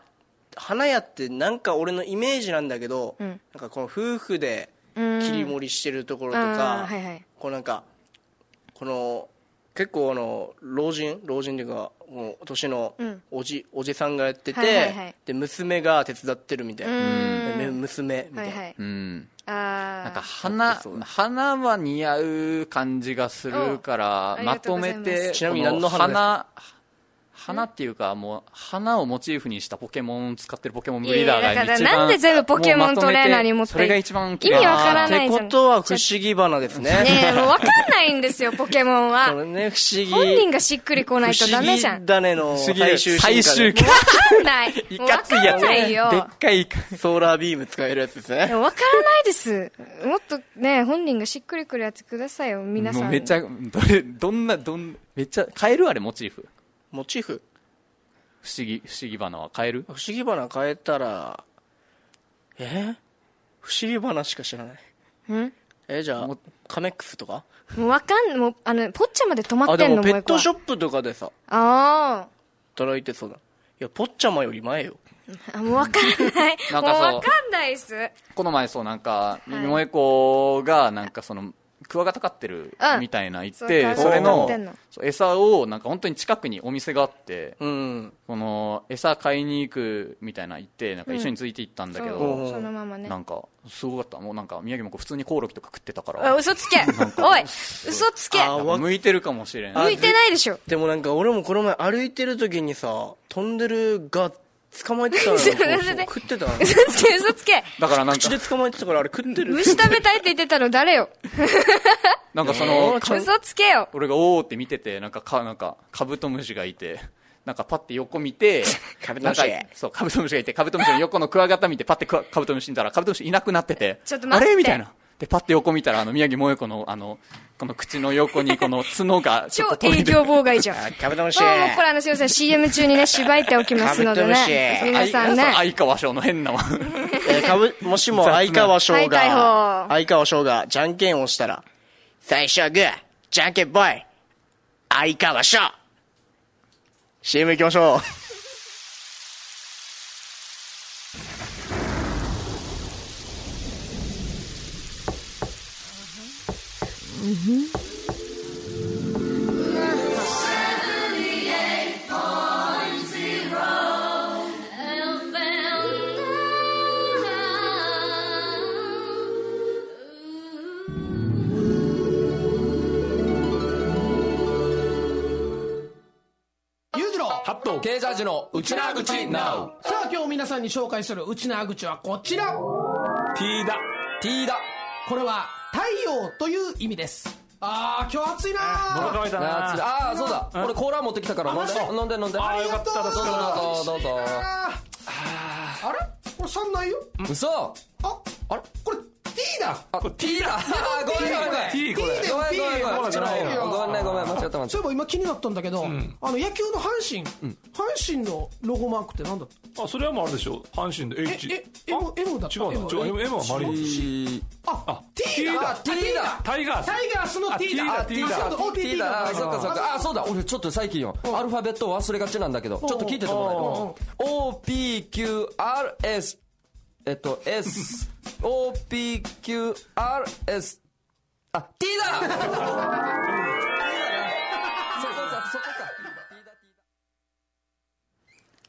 花屋ってなんか俺のイメージなんだけど、
ん
なんかこの夫婦で
うん
切り盛りしてるところと
あー
か、
はいはい
こうなんかこの結構あの老人老人っていうかもう年の
うん
おじ,、おじさんがやってて、
はいはいはい
で娘が手伝ってるみたいな、
うん
め娘みた
はいい
な、
はい
うんなんか
あ
花
そう
花は似合う感じがするから
おあり
ま
がと
と
うござい
め
ます
て
ちなみに何の花
こ花花っていうかもう花をモチーフにしたポケモン使ってるポケモンブリーダーが
いやいやだ
一
から
番
なんで全部ポケモントレーナーに持ってい
それが一番
意味わから
っ
ない
て
じ
こ
ゃん
とは不思議花ですね
ーねえもうわかんないんですよポケモンは
これね不思議
本人がしっくりこないとダメじゃ
不思
ん
議。だねの
不思議
最終
最終
回
回
わかんない。
い
わ
かつい
か
や
ん
つ
ない
ね
よ。
でっかいイカ
ソーラービーム使えるやつです
い
ね
やわからないです。もっとね、本人がしっくりくるやつくださいよ、皆
も
さ。
うんめっちゃどれどんなどんめっちゃ変えるあれモチーフ
モチーフ
不思議不思議花は変える
不思議花変えたらえ不思議花しか知らない
ん
えじゃあ
も
カメックスとか
もうわかん、もう、あの、ポッチャまで止ま
あ
って
で
んの、
もペットショ
ップ。
ップとかでさ
あ
働いてそうだいやポッチャマより前よ
ーあ。もうわかんない。
なん
も
か
う
そう
わかんないです。
この前そうなんか
はい
萌え子がなんかそのクワガタ飼ってるみたいな言っ
う
て
ん
それ
そう
の
飼ってんの
そう餌をなんか本当に近くにお店があって
うん
この餌買いに行くみたいな言ってなんか一緒について行ったんだけ
そ
ど
うそのままね
な。んかすごかったもうなんか宮城もこう普通にコオロギとか食ってたか
あ、
ら
嘘つけ。おい、嘘つけ。
あ
なんか向いてるかもしれない
向いてないでしょ。
でもなんか俺もこの前歩いてる時にさ飛んでるが捕まえてたの
それ
よ
で
食ってたの
嘘つけ、嘘つけ。
だからなんか
口で捕まえてたからあれ食ってる
虫食べたいって言ってたの誰よ。
なんかその
ちゃん
嘘つけよ。
俺がおーって見ててなんかかなんかカブトムシがいて なんかパッて横見 て
カブトムシ
なんかそうカブトムシがいてカブトムシの横のクワガタ見てパッてクワカブトムシ見たらカブトムシいなくなってて
ちょっと待って
あれみたいなでパッて横見たらあの宮城萌子のあのこの口の横にこの角がちょっ
超
と飛
営
んで
業妨害じゃん。もう
あカブトムシ
もうこれあのすいません CM 中にね、しばいておきますので
カブトム
ね。
シ
皆さん
あい
ね。
相川翔の変な
えーかぶもしも相川翔
はい逮
が
捕
相川翔がじゃんけんをしたら最初はグーじゃんけんぽい相川翔 CM 行きましょう
ゆうじろう八頭
経済時のうちなーぐち NOW
さあ今日皆さんに紹介するうちなあぐちはこちらこ
T だ T だ
れは太陽という意味ですあー今日暑いなー
あーつあーそうだ俺コーラ持ってきたから飲んで飲んで飲んで
ありがとう
どうぞどうぞどうぞ
あーあれこれ3ないよ
嘘
ああれこれ T だ
あ T だあーごめんごめんごめん
T
ごめんごめんごめん
T
ごめんごめんごめんごめん間違った間違っ
そういえば今気になったんだけど、あの野球の阪神、阪神のロゴマークってなんだった
あそれはもうあるでしょ阪神で H
ええ M, M だった
違うな違う M, M はマリーンズ
T
あ T
だ
だあ
T だ
タイガース
タイガースの T だ
あ T だ T だ T だあーそっかそっかあーそうだ俺ちょっと最近よアルファベット忘れがちなんだけどちょっと聞いててもらえる OPQRS えっと SOPQRS あ T だ T だねそこさそこか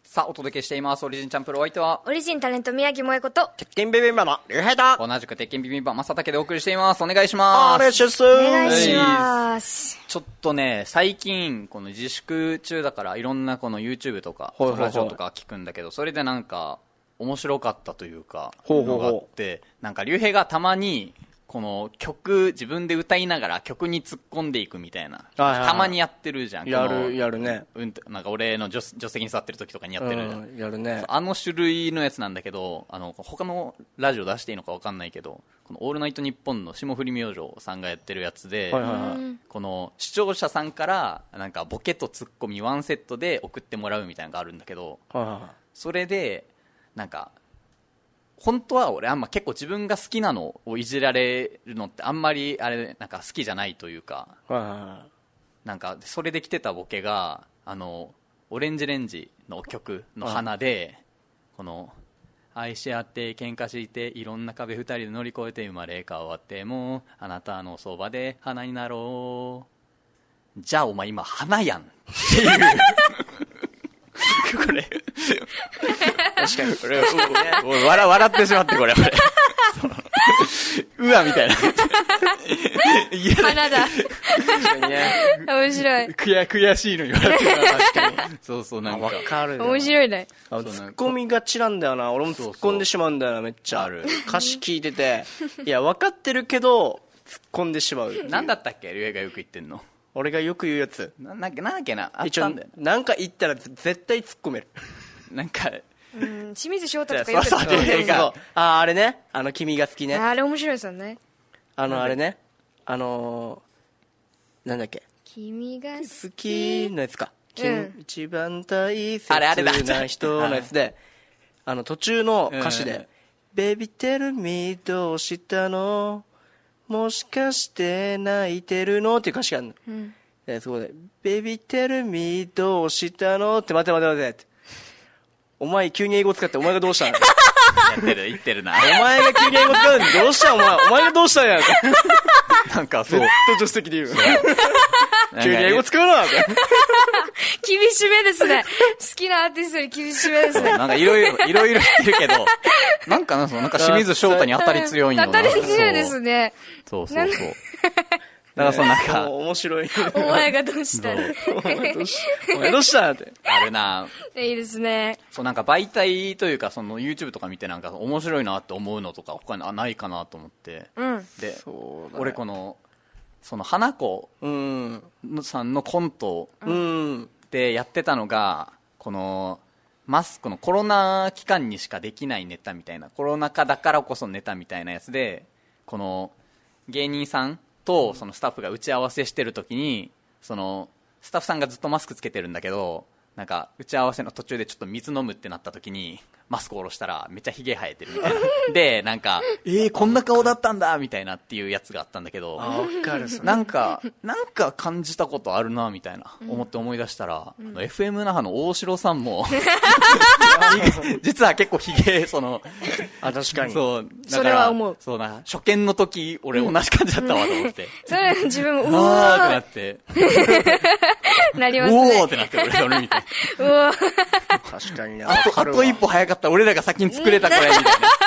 さあお届けしていますオリジンチャンプルお相手は
オリジンタレント宮城萌子と、
鉄拳ベビンバのリュウヘイだ
同じく鉄拳ビビンバ正竹でお送りしていますお願いし
あ
ます
れしゅす
お願いします。
ちょっとね、最近、この自粛中だから、いろんなこの YouTube とか、
はいはいはい
ラジオとか聞くんだけど、それでなんか、面白かったというか、
ほうほうほう
のがあって、なんか、竜兵がたまに、この曲、自分で歌いながら曲に突っ込んでいくみたいな、
はいはいはい
たまにやってるじゃん、
や
この
るやるね
うんと、なんか俺の助助手席に座ってる時とかにやってるじゃん。
うんやるね
あの種類のやつなんだけど、あの、他のラジオ出していいのかわかんないけど、このオールナイトニッポンの霜降り明星さんがやってるやつで、
はいはいはい
この視聴者さんからなんかボケとツッコミワンセットで送ってもらうみたいなのがあるんだけど
はいは
それでなんか本当は俺あんま結構自分が好きなのをいじられるのってあんまりあれなんか好きじゃないというか
いはいは
なんかそれで来てたボケがあのオレンジレンジの曲の花で、この愛し合って喧嘩していろんな壁二人で乗り越えて生まれ変わってもあなたのそばで花になろうじゃあお前今花やんっていうこれ確かにこれ 笑笑ってしまってこれ 俺うわみたいないや
花だ。
いね
面白い。
悔や悔しいのに笑ってるな確かにそうそうなんか
わかる
面白いね。
あの突っ込みがちなんだよな俺も突っ込んでしまうんだよなめっちゃ
ある
歌詞聞いてていや分かってるけど突っ込んでしまう
なんだったっけ竜兵がよく言ってんの
俺がよく言うやつ
ななんかなんだっけなあっ
一
た
応
んだよ
なんか言ったら絶対突っ込める
なんか
うん清水翔太
じゃ
と
あ
かよく
そう
使
そうう竜
ね
兵
そう
が
ああれねあの君が好きね
あれ面白いですよね。
あのあれねあのーなんだっけ
君が
好きのやつか、君
うん
一番大切
あれあれだ
な人のやつであの途中の歌詞
うん
で「ベビテルミどうしたのもしかして泣いてるの?」っていう歌詞があるの、でそこで「ベビテルミどうしたの?」って「待て待て待て」って「お前急に英語使ってお前がどうしたの? 」
やってる言ってるな
お前が急に英語使うのにどうしたんお前お前がどうしたんや」って
なんかそ
ず
う
っと助手席 で言う急に英語
つ
使うなって
厳しめですね。好きなアーティストに厳しめですね。
なんかいろいろいろいろ言ってるけどなんかなそのなんか清水翔太に当たり強いんよ
当
な
たり強いですね。
そうそうそうそうだ からそのなんか
もう面白い
お前がどうした
そう
お前どうしたんって
あるない
いですね。
そうなんか媒体というかその YouTube とか見てなんか面白いなって思うのとか他にあないかなと思って、
うん。
で俺このその花子
うん
さんのコント
うん
でやってたのがこのマスクのコロナ期間にしかできないネタみたいなコロナ禍だからこそのネタみたいなやつでこの芸人さんとそのスタッフが打ち合わせしてる時にそのスタッフさんがずっとマスクつけてるんだけどなんか打ち合わせの途中でちょっと水飲むってなった時にマスク下ろしたらめっちゃヒゲ生えてるみ たいなでなんかえー、こんな顔だったんだみたいなっていうやつがあったんだけど
あ分かるそれ
なんか、なんか感じたことあるな、みたいな、思って思い出したら、あの FM 那覇の大城さん も、実は結構ひげ、その、
あ確かに
そう、だから
それは思う
そうな、初見の時、俺同じ感じだったわ、と思って。
それ 自分もう
あ
わ
ーって
ーなり
なっ
ま
て、
す
おー
ね
ってなって、俺、それ見て。
うわ
確かにな
あと、あと一歩早かったら俺らが先に作れたくらい、みたいな。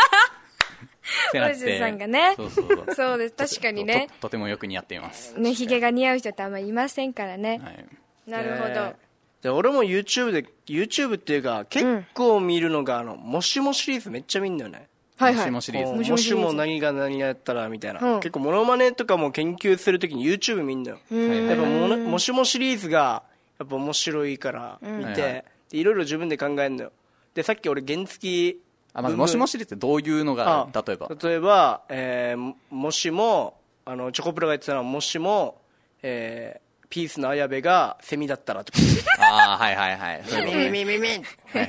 ってな
大
っ
城
て。
さんがね
そうそうそう。
そうです確かに ね
と。ととてもよく似合っています。
ねひげが似合う人ってあんまりいませんからね
はい。
なるほど
でで俺も YouTube で YouTube っていうか結構見るのが、あのもしもシリーズめっちゃ見んのよね
はい
も
は
し
い
もシリーズ。
もしも何が何やったらみたいな、
うん
結構モノマネとかも研究するときに YouTube 見んのよ、
はいは
やっ
い
ぱものもしもシリーズがやっぱ面白いから見
はい
て、
はい
でいろいろ自分で考えるのよでさっき俺原付き
あ、まず、もしもシリーズってどういうのがある、例えば。
例えば、えーももしもあのチョコプラが言ってたのはもしも、えーピースの綾部がセミだったらとか
ああ、はいはいはい。そういうことね
ミミミミ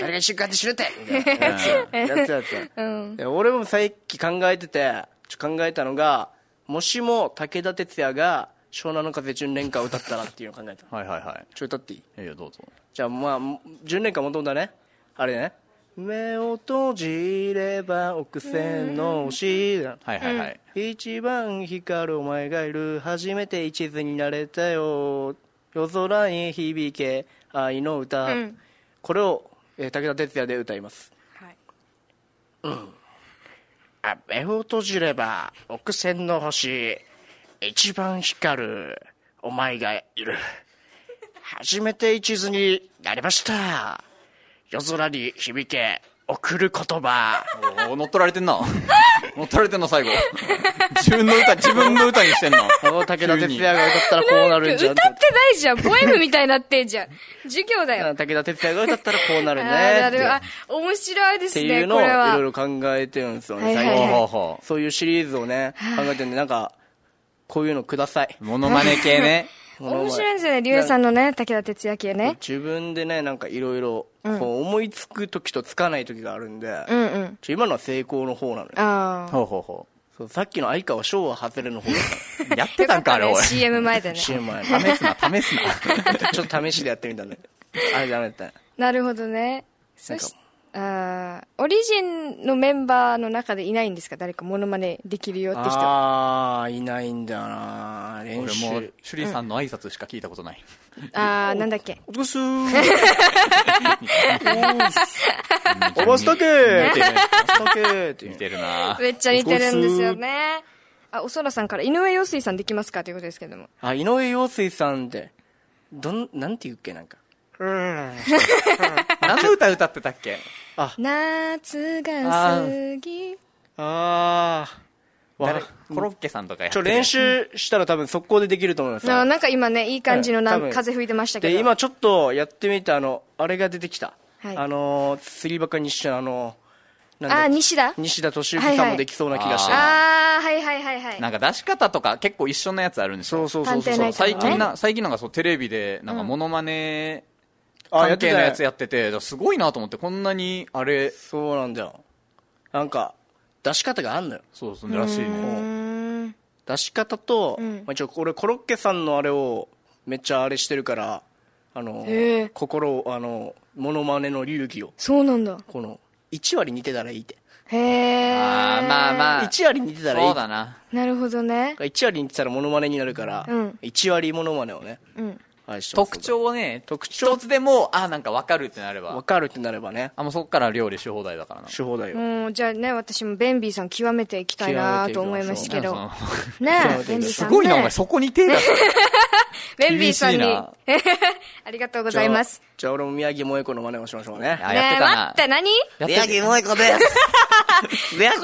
誰が一瞬間って死ぬってみたいなやつやつやつ、で俺もさっき考えててちょ考えたのがもしも武田鉄矢が湘南の風純恋歌を歌ったらっていうのを考えた
はいはいはい。
ちょ歌っていい
いいよ、どうぞ。
じゃあまあ純恋歌もともとねあれね目を閉じれば奥線の星だ
はいはいはい。
一番光るお前がいる初めて一途になれたよ夜空に響け愛の歌、
ん
これを、えー武田鉄矢で歌います
はい
あ目を閉じれば億千の星一番光るお前がいる初めて一途になりました夜空に響け送る 言葉
おー乗っ取られてんな。乗っ取られてんな、最後。自分の歌、自分の歌にしてんな。
この武田鉄矢が歌ったらこうなるんじ
歌
ゃ
っ
ん
てないじゃんポエムみたいになってんじゃん授業だよ
武田鉄矢が歌ったらこうな る
あ
ね
ー
っ
な
て
るあ面白いで
っ
す
てい
ね
うのを
こ
い
れは
ろいろ考えてるんですよね、
はいはいはい
最
ほうほう
近
ほ。
そういうシリーズをね考えてるんでなんかこういうのくださいう
モノマネ系ね。
この前
面白いですよね竜さんのね武田鉄矢系ね
自分でねなんかいろいろ思いつく時とつかない時があるんで、
うんうん
ちょ今のは成功の方なのよ
ああ
ほうほうほ
そうさっきの相川翔は外れの方だった
う。やってたんか、あれ、おい。試
CM 前 でね
CM 前の
すな、試すな。
ちょっと試しでやってみたんだ あれダメだったね
なるほどね
な
そ
んか
しあーオリジンのメンバーの中でいないんですか誰かモノマネできるよって人は
ああいないんだよな練
俺
習
もう、シュリーさんの挨拶しか聞いたことない。
ああなんだっけ
お すーおばすたけーっておばすたけーって
似てるな。
めっちゃ似てるんですよねあおそらさんから井上陽水さんできますかということですけども
あ、井上陽水さんって、どん、なんて言うっけ、なんか。
何の歌歌ってたっけ
夏が過ぎ
ああ。
誰
わ
コロッケさんとかやっ
ち
て
ょ、
るや
練
つ。
習したら多分速攻でできると思います。
あーなんか今ねいい感じのな
多分
風吹いてましたけど
で、今ちょっとやってみて、あの、あれが出てきた。
はい
あのー、釣りバカにして、あのー、
あ
な
ー
んだ
西田
西田敏行さんもできそうな気がして。
ああはいはいはいはい
なんか出し方とか結構一緒のやつあるんですよ。
そうそうそうそ
探
う。
偵ナイト
最近な、最近なんかそうテレビで、なんかモノマネ
あ、や
関
っ
係
てた
の
ね
やつやってて、だからすごいなと思って、こんなに、あれ、
そうなんだよ。なんか、出し方があんのよ。
そうそうらしいね。
出し方と、まあ、一応俺コロッケさんのあれをめっちゃあれしてるからあの、
へえ
心をあのモノマネの流儀を
そうなんだ
この1割似てたらいいって
へえ
あーまあまあ。
1割似てたらいい
そ
っ
う
て
だな。
なるほどね
1割似てたらモノマネになるから、
うん
1割モノマネをね、
ん
あれしてます
特徴をね、
特徴
一つでも、あ、なんかわかるってなれ
わ
ば。
かるってなればね
あ、もうそっから料理し放題だからな。
手法だよ、
もうじゃあね私もベンビーさん極めていきたいなと思いますけど
なんか
ね
う
ベンビー
そ
さ
の
ん
すごいな、お
ね
前、そこに手出す。
ベンビーさんに
厳しい
あ
な
りがとうご
じ
ざ
ゃあ
います
じゃあ俺も宮城萌子のマネをしましょうね
あ、
ね
やって
え
た
待
な
っ。て何
やって
宮城萌子です宮城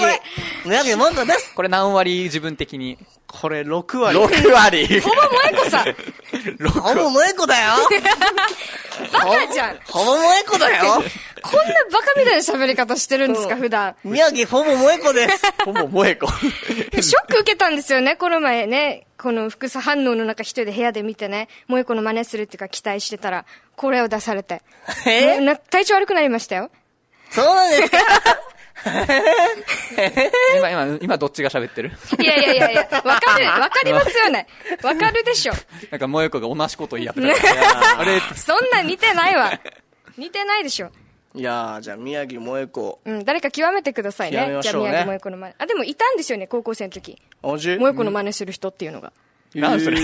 宮城萌子です
これ何割自分的に。
これ6割
6割
ほぼ萌子さん
ロゴ
ハモ萌え子だよ
バ カじゃん
ハモ萌え子だよ
こんなバカみたいな喋り方してるんですか、普段。
宮城ほぼ萌え子です。 ほぼ萌え子。
ショック受けたんですよね、この前ね。この副作反応の中一人で部屋で見てね、萌子の真似するっていうか期待してたら、これを出されて。
え
な体調悪くなりましたよ。
そうなんですか
今今今どっちが喋ってる
いやいやいやいや、わか る、わかりますよね。わかるでしょ。
なんか萌子が同じこと言い合ってたあれ
そんなん似てないわ。似てないでしょ。
いやー、じゃあ宮城萌え子。
うん、誰か極めてくださいね。
極めましょうね
じゃあ宮城萌子の真似。あ、でもいたんですよね、高校生の時。
おじ
萌子の真似する人っていうのが。
なんそれ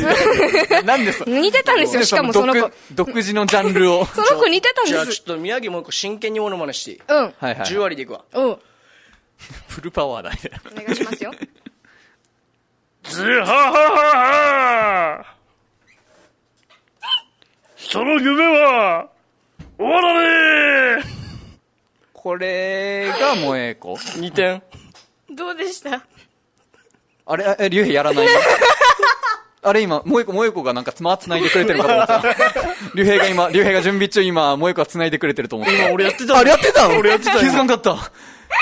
なんでそ
似てたんですよ、しかもその子
独。独自のジャンルを
その子似てた
じゃあ
んで
ちょ
す
っ。と宮城萌え子真剣にモノマネしていい
うん。うん。
はいはい
10割でいくわ。
お
フルパワーだね
願いしますよ。
ズハハハハその夢は、終わらね
これが萌え子
え !2 点。
どうでした
あれえ竜兵やら ないのあれ今萌え子萌え子がなんかつまつないでくれてるかと思った 竜兵が今竜兵が準備中今萌え子がつないでくれてると思った
俺やってた。あれやってた俺やって た。
気づかんかった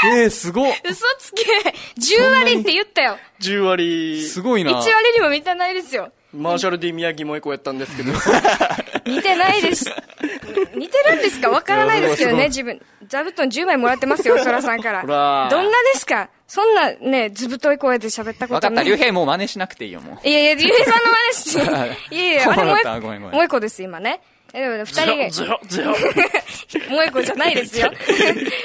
えー、すご
嘘つけ !10 割って言ったよ。
10割。
すごい
1
な
割にも満たないですよ。
マーシャル D 宮城萌子やったんですけど。
似てないです。似てるんですかわからないですけどね、自分。座布団10枚もらって ますよ、そらさんから。どん
ら
なですかそんなね、ずぶとい声で喋った
分か
こと
った
ない。
竜兵もう真似しなくていいよもう
いやいや、ゆえさんの 真似し、いやいや、あれ
そうだったご
も
め
え、
んごめん
もえこです、今ね。えでもね二 人が、
ゼロ、ゼロ。
もえこじゃないですよ。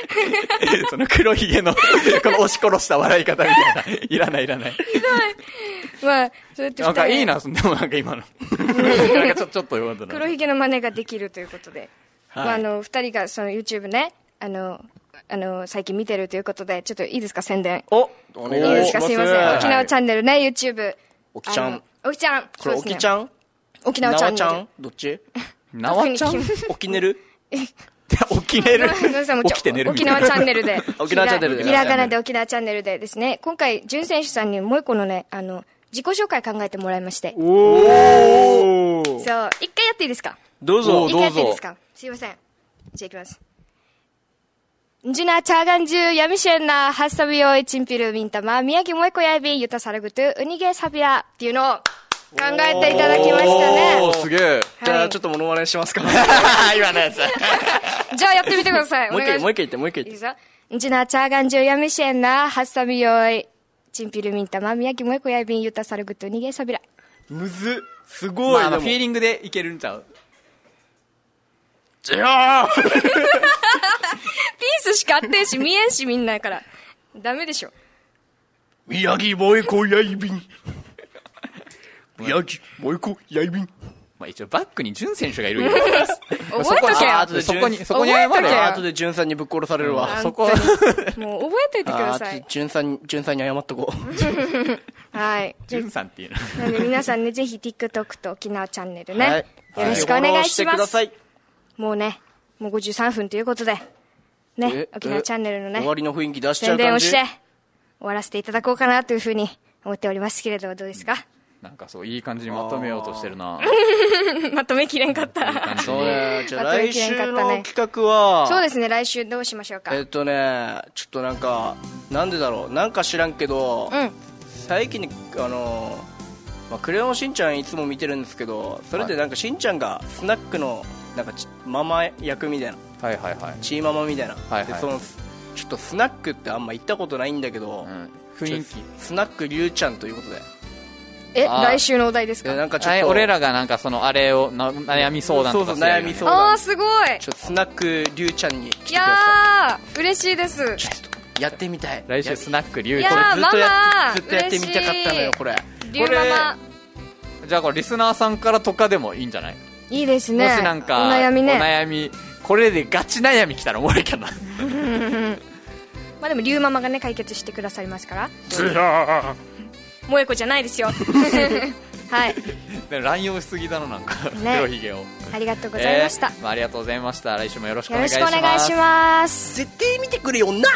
その黒ひげの この押し殺した笑い方みたいないらないいらない
まあ、そうやって
な
二
んか
人
いいな、でもなんか今の。 なんかちょちょっとよかったな
黒。ひげの真似ができるということで、
はい
まあ、あの二人がその YouTube ねあのあの最近見てるということでちょっといいですか宣伝
お、お
いいで
願い
す
し
か
ます。
すいません、沖縄チャンネルね YouTube
おきちゃ
あの
ん。
おきちゃん
これおきち
ん
ゃん
沖
な
縄チャ
わ
ン
ちゃ
ネル
んどっ ち
なわ ちゃん
特に
おきねる
起きれる
ごめんなさいもう。ちょ
起きて寝るみ
沖
た
縄
いな
チ。ャンネル で
沖縄チャンネルで
ひらひらがなで沖縄チャンネルでですね今回潤選手さんにもう一個のねあの自己紹介考えてもらいましてそう
お
一回やっていいですか
どうぞ。
一回やっていいですかすいません。じゃあいきます。ジュナチャーガンジュヤミシェンナハッサビオイチンピルミンタマ宮城萌子やいびゆたさるぐとウニゲサビラっていうのを考えていただきましたね。
すげえ。
じゃ
は
あ
い
ちょっとモノマネします か。
今のやつ。
じゃあやってみてください。お
もう一
願いし
回、もう
ま
一回言って、もう一回
す。い
言
い
っ
ぞ。ジュナチャーガンジュヤミシェンナハッサビオイチンピルミンタマ宮城萌子やいびゆたさるぐとウニゲサビラ。
て。むず。すご
まあ
い、
あ
で
の、
も
フィーリングでいけるんちゃう
じゃあ
ピースしかあってんし見えんしみんなやから。ダメでしょ。
宮城萌子やいびん。宮城萌子やいびん。
まあ一応バックに潤選手がいる よ。
覚えとけよ。
あー
そこに、そこに謝
覚えとけ
れ
よ
よ。
あとで潤さんにぶっ殺されるわ。
あ
そ
そこは、
もう覚えといてくだ
あ
さい
ー、。潤さんに、潤さんに謝っとこう。
はい。
潤さんっていうの。
なので皆さんね、ぜひ TikTok と沖縄チャンネルね、
はい
よろしくお願いし
フォローてく
ま
だ
す。
さい
もうね、もう53分ということで、ね
え、
沖縄チャンネルのね
終、わりの雰囲気出しち
宣
ゃう
伝
感
を
じ
して、終わらせていただこうかなというふうに思っておりますけれど、どうですか
なんかそう、いい感じにまとめようとしてるな。
まとめきれんかった。
感じ
そうねじゃあ
まとめ
来
きれん
週
かったね
の企画は
そうですね、来週どうしましょうか。
えっとねちょっとなんかなんでだろうなんか知らんけど、
うん。
最近にあのーまあクレヨンしんちゃん」いつも見てるんですけどそれでなんかしんちゃんがスナックのなんかちママ役みたいな
はいはいはい。
チーママみたいな、
はいはい
でそのちょっとスナックってあんま行ったことないんだけど、
うん雰囲気
ちょっとスナックりゅうちゃんということで
え、
あー
来週のお題です
で
か
なんかちょっ
はい
と
俺らがなんかそのあれをな悩み相談とかするやつ
そうそう悩み相
あー、すごい
ちょっとスナックりゅうちゃんに来て
い
くださ
やー、嬉しいです。
いやってみたい
来週スナック竜
い
兵
やー、
ずっ
マ
とや
マ
ずっとやってみたかったのよこれ
リュウママ、
じゃあこれリスナーさんからとかでもいいんじゃない
いいですね。
もしなんか
お悩みね。
お悩みこれでガチ悩み来たらおもろいかな
まあでもリュウママがね解決してくださりますから萌子じゃないですよ はい
でも乱用しすぎだななんか、
ね
黒ひげを
ありがとうございました、
えーあ、ありがとうございました来週もよろしくお願
よろ
いし
しくお
ます
願いします
絶対見てくれよな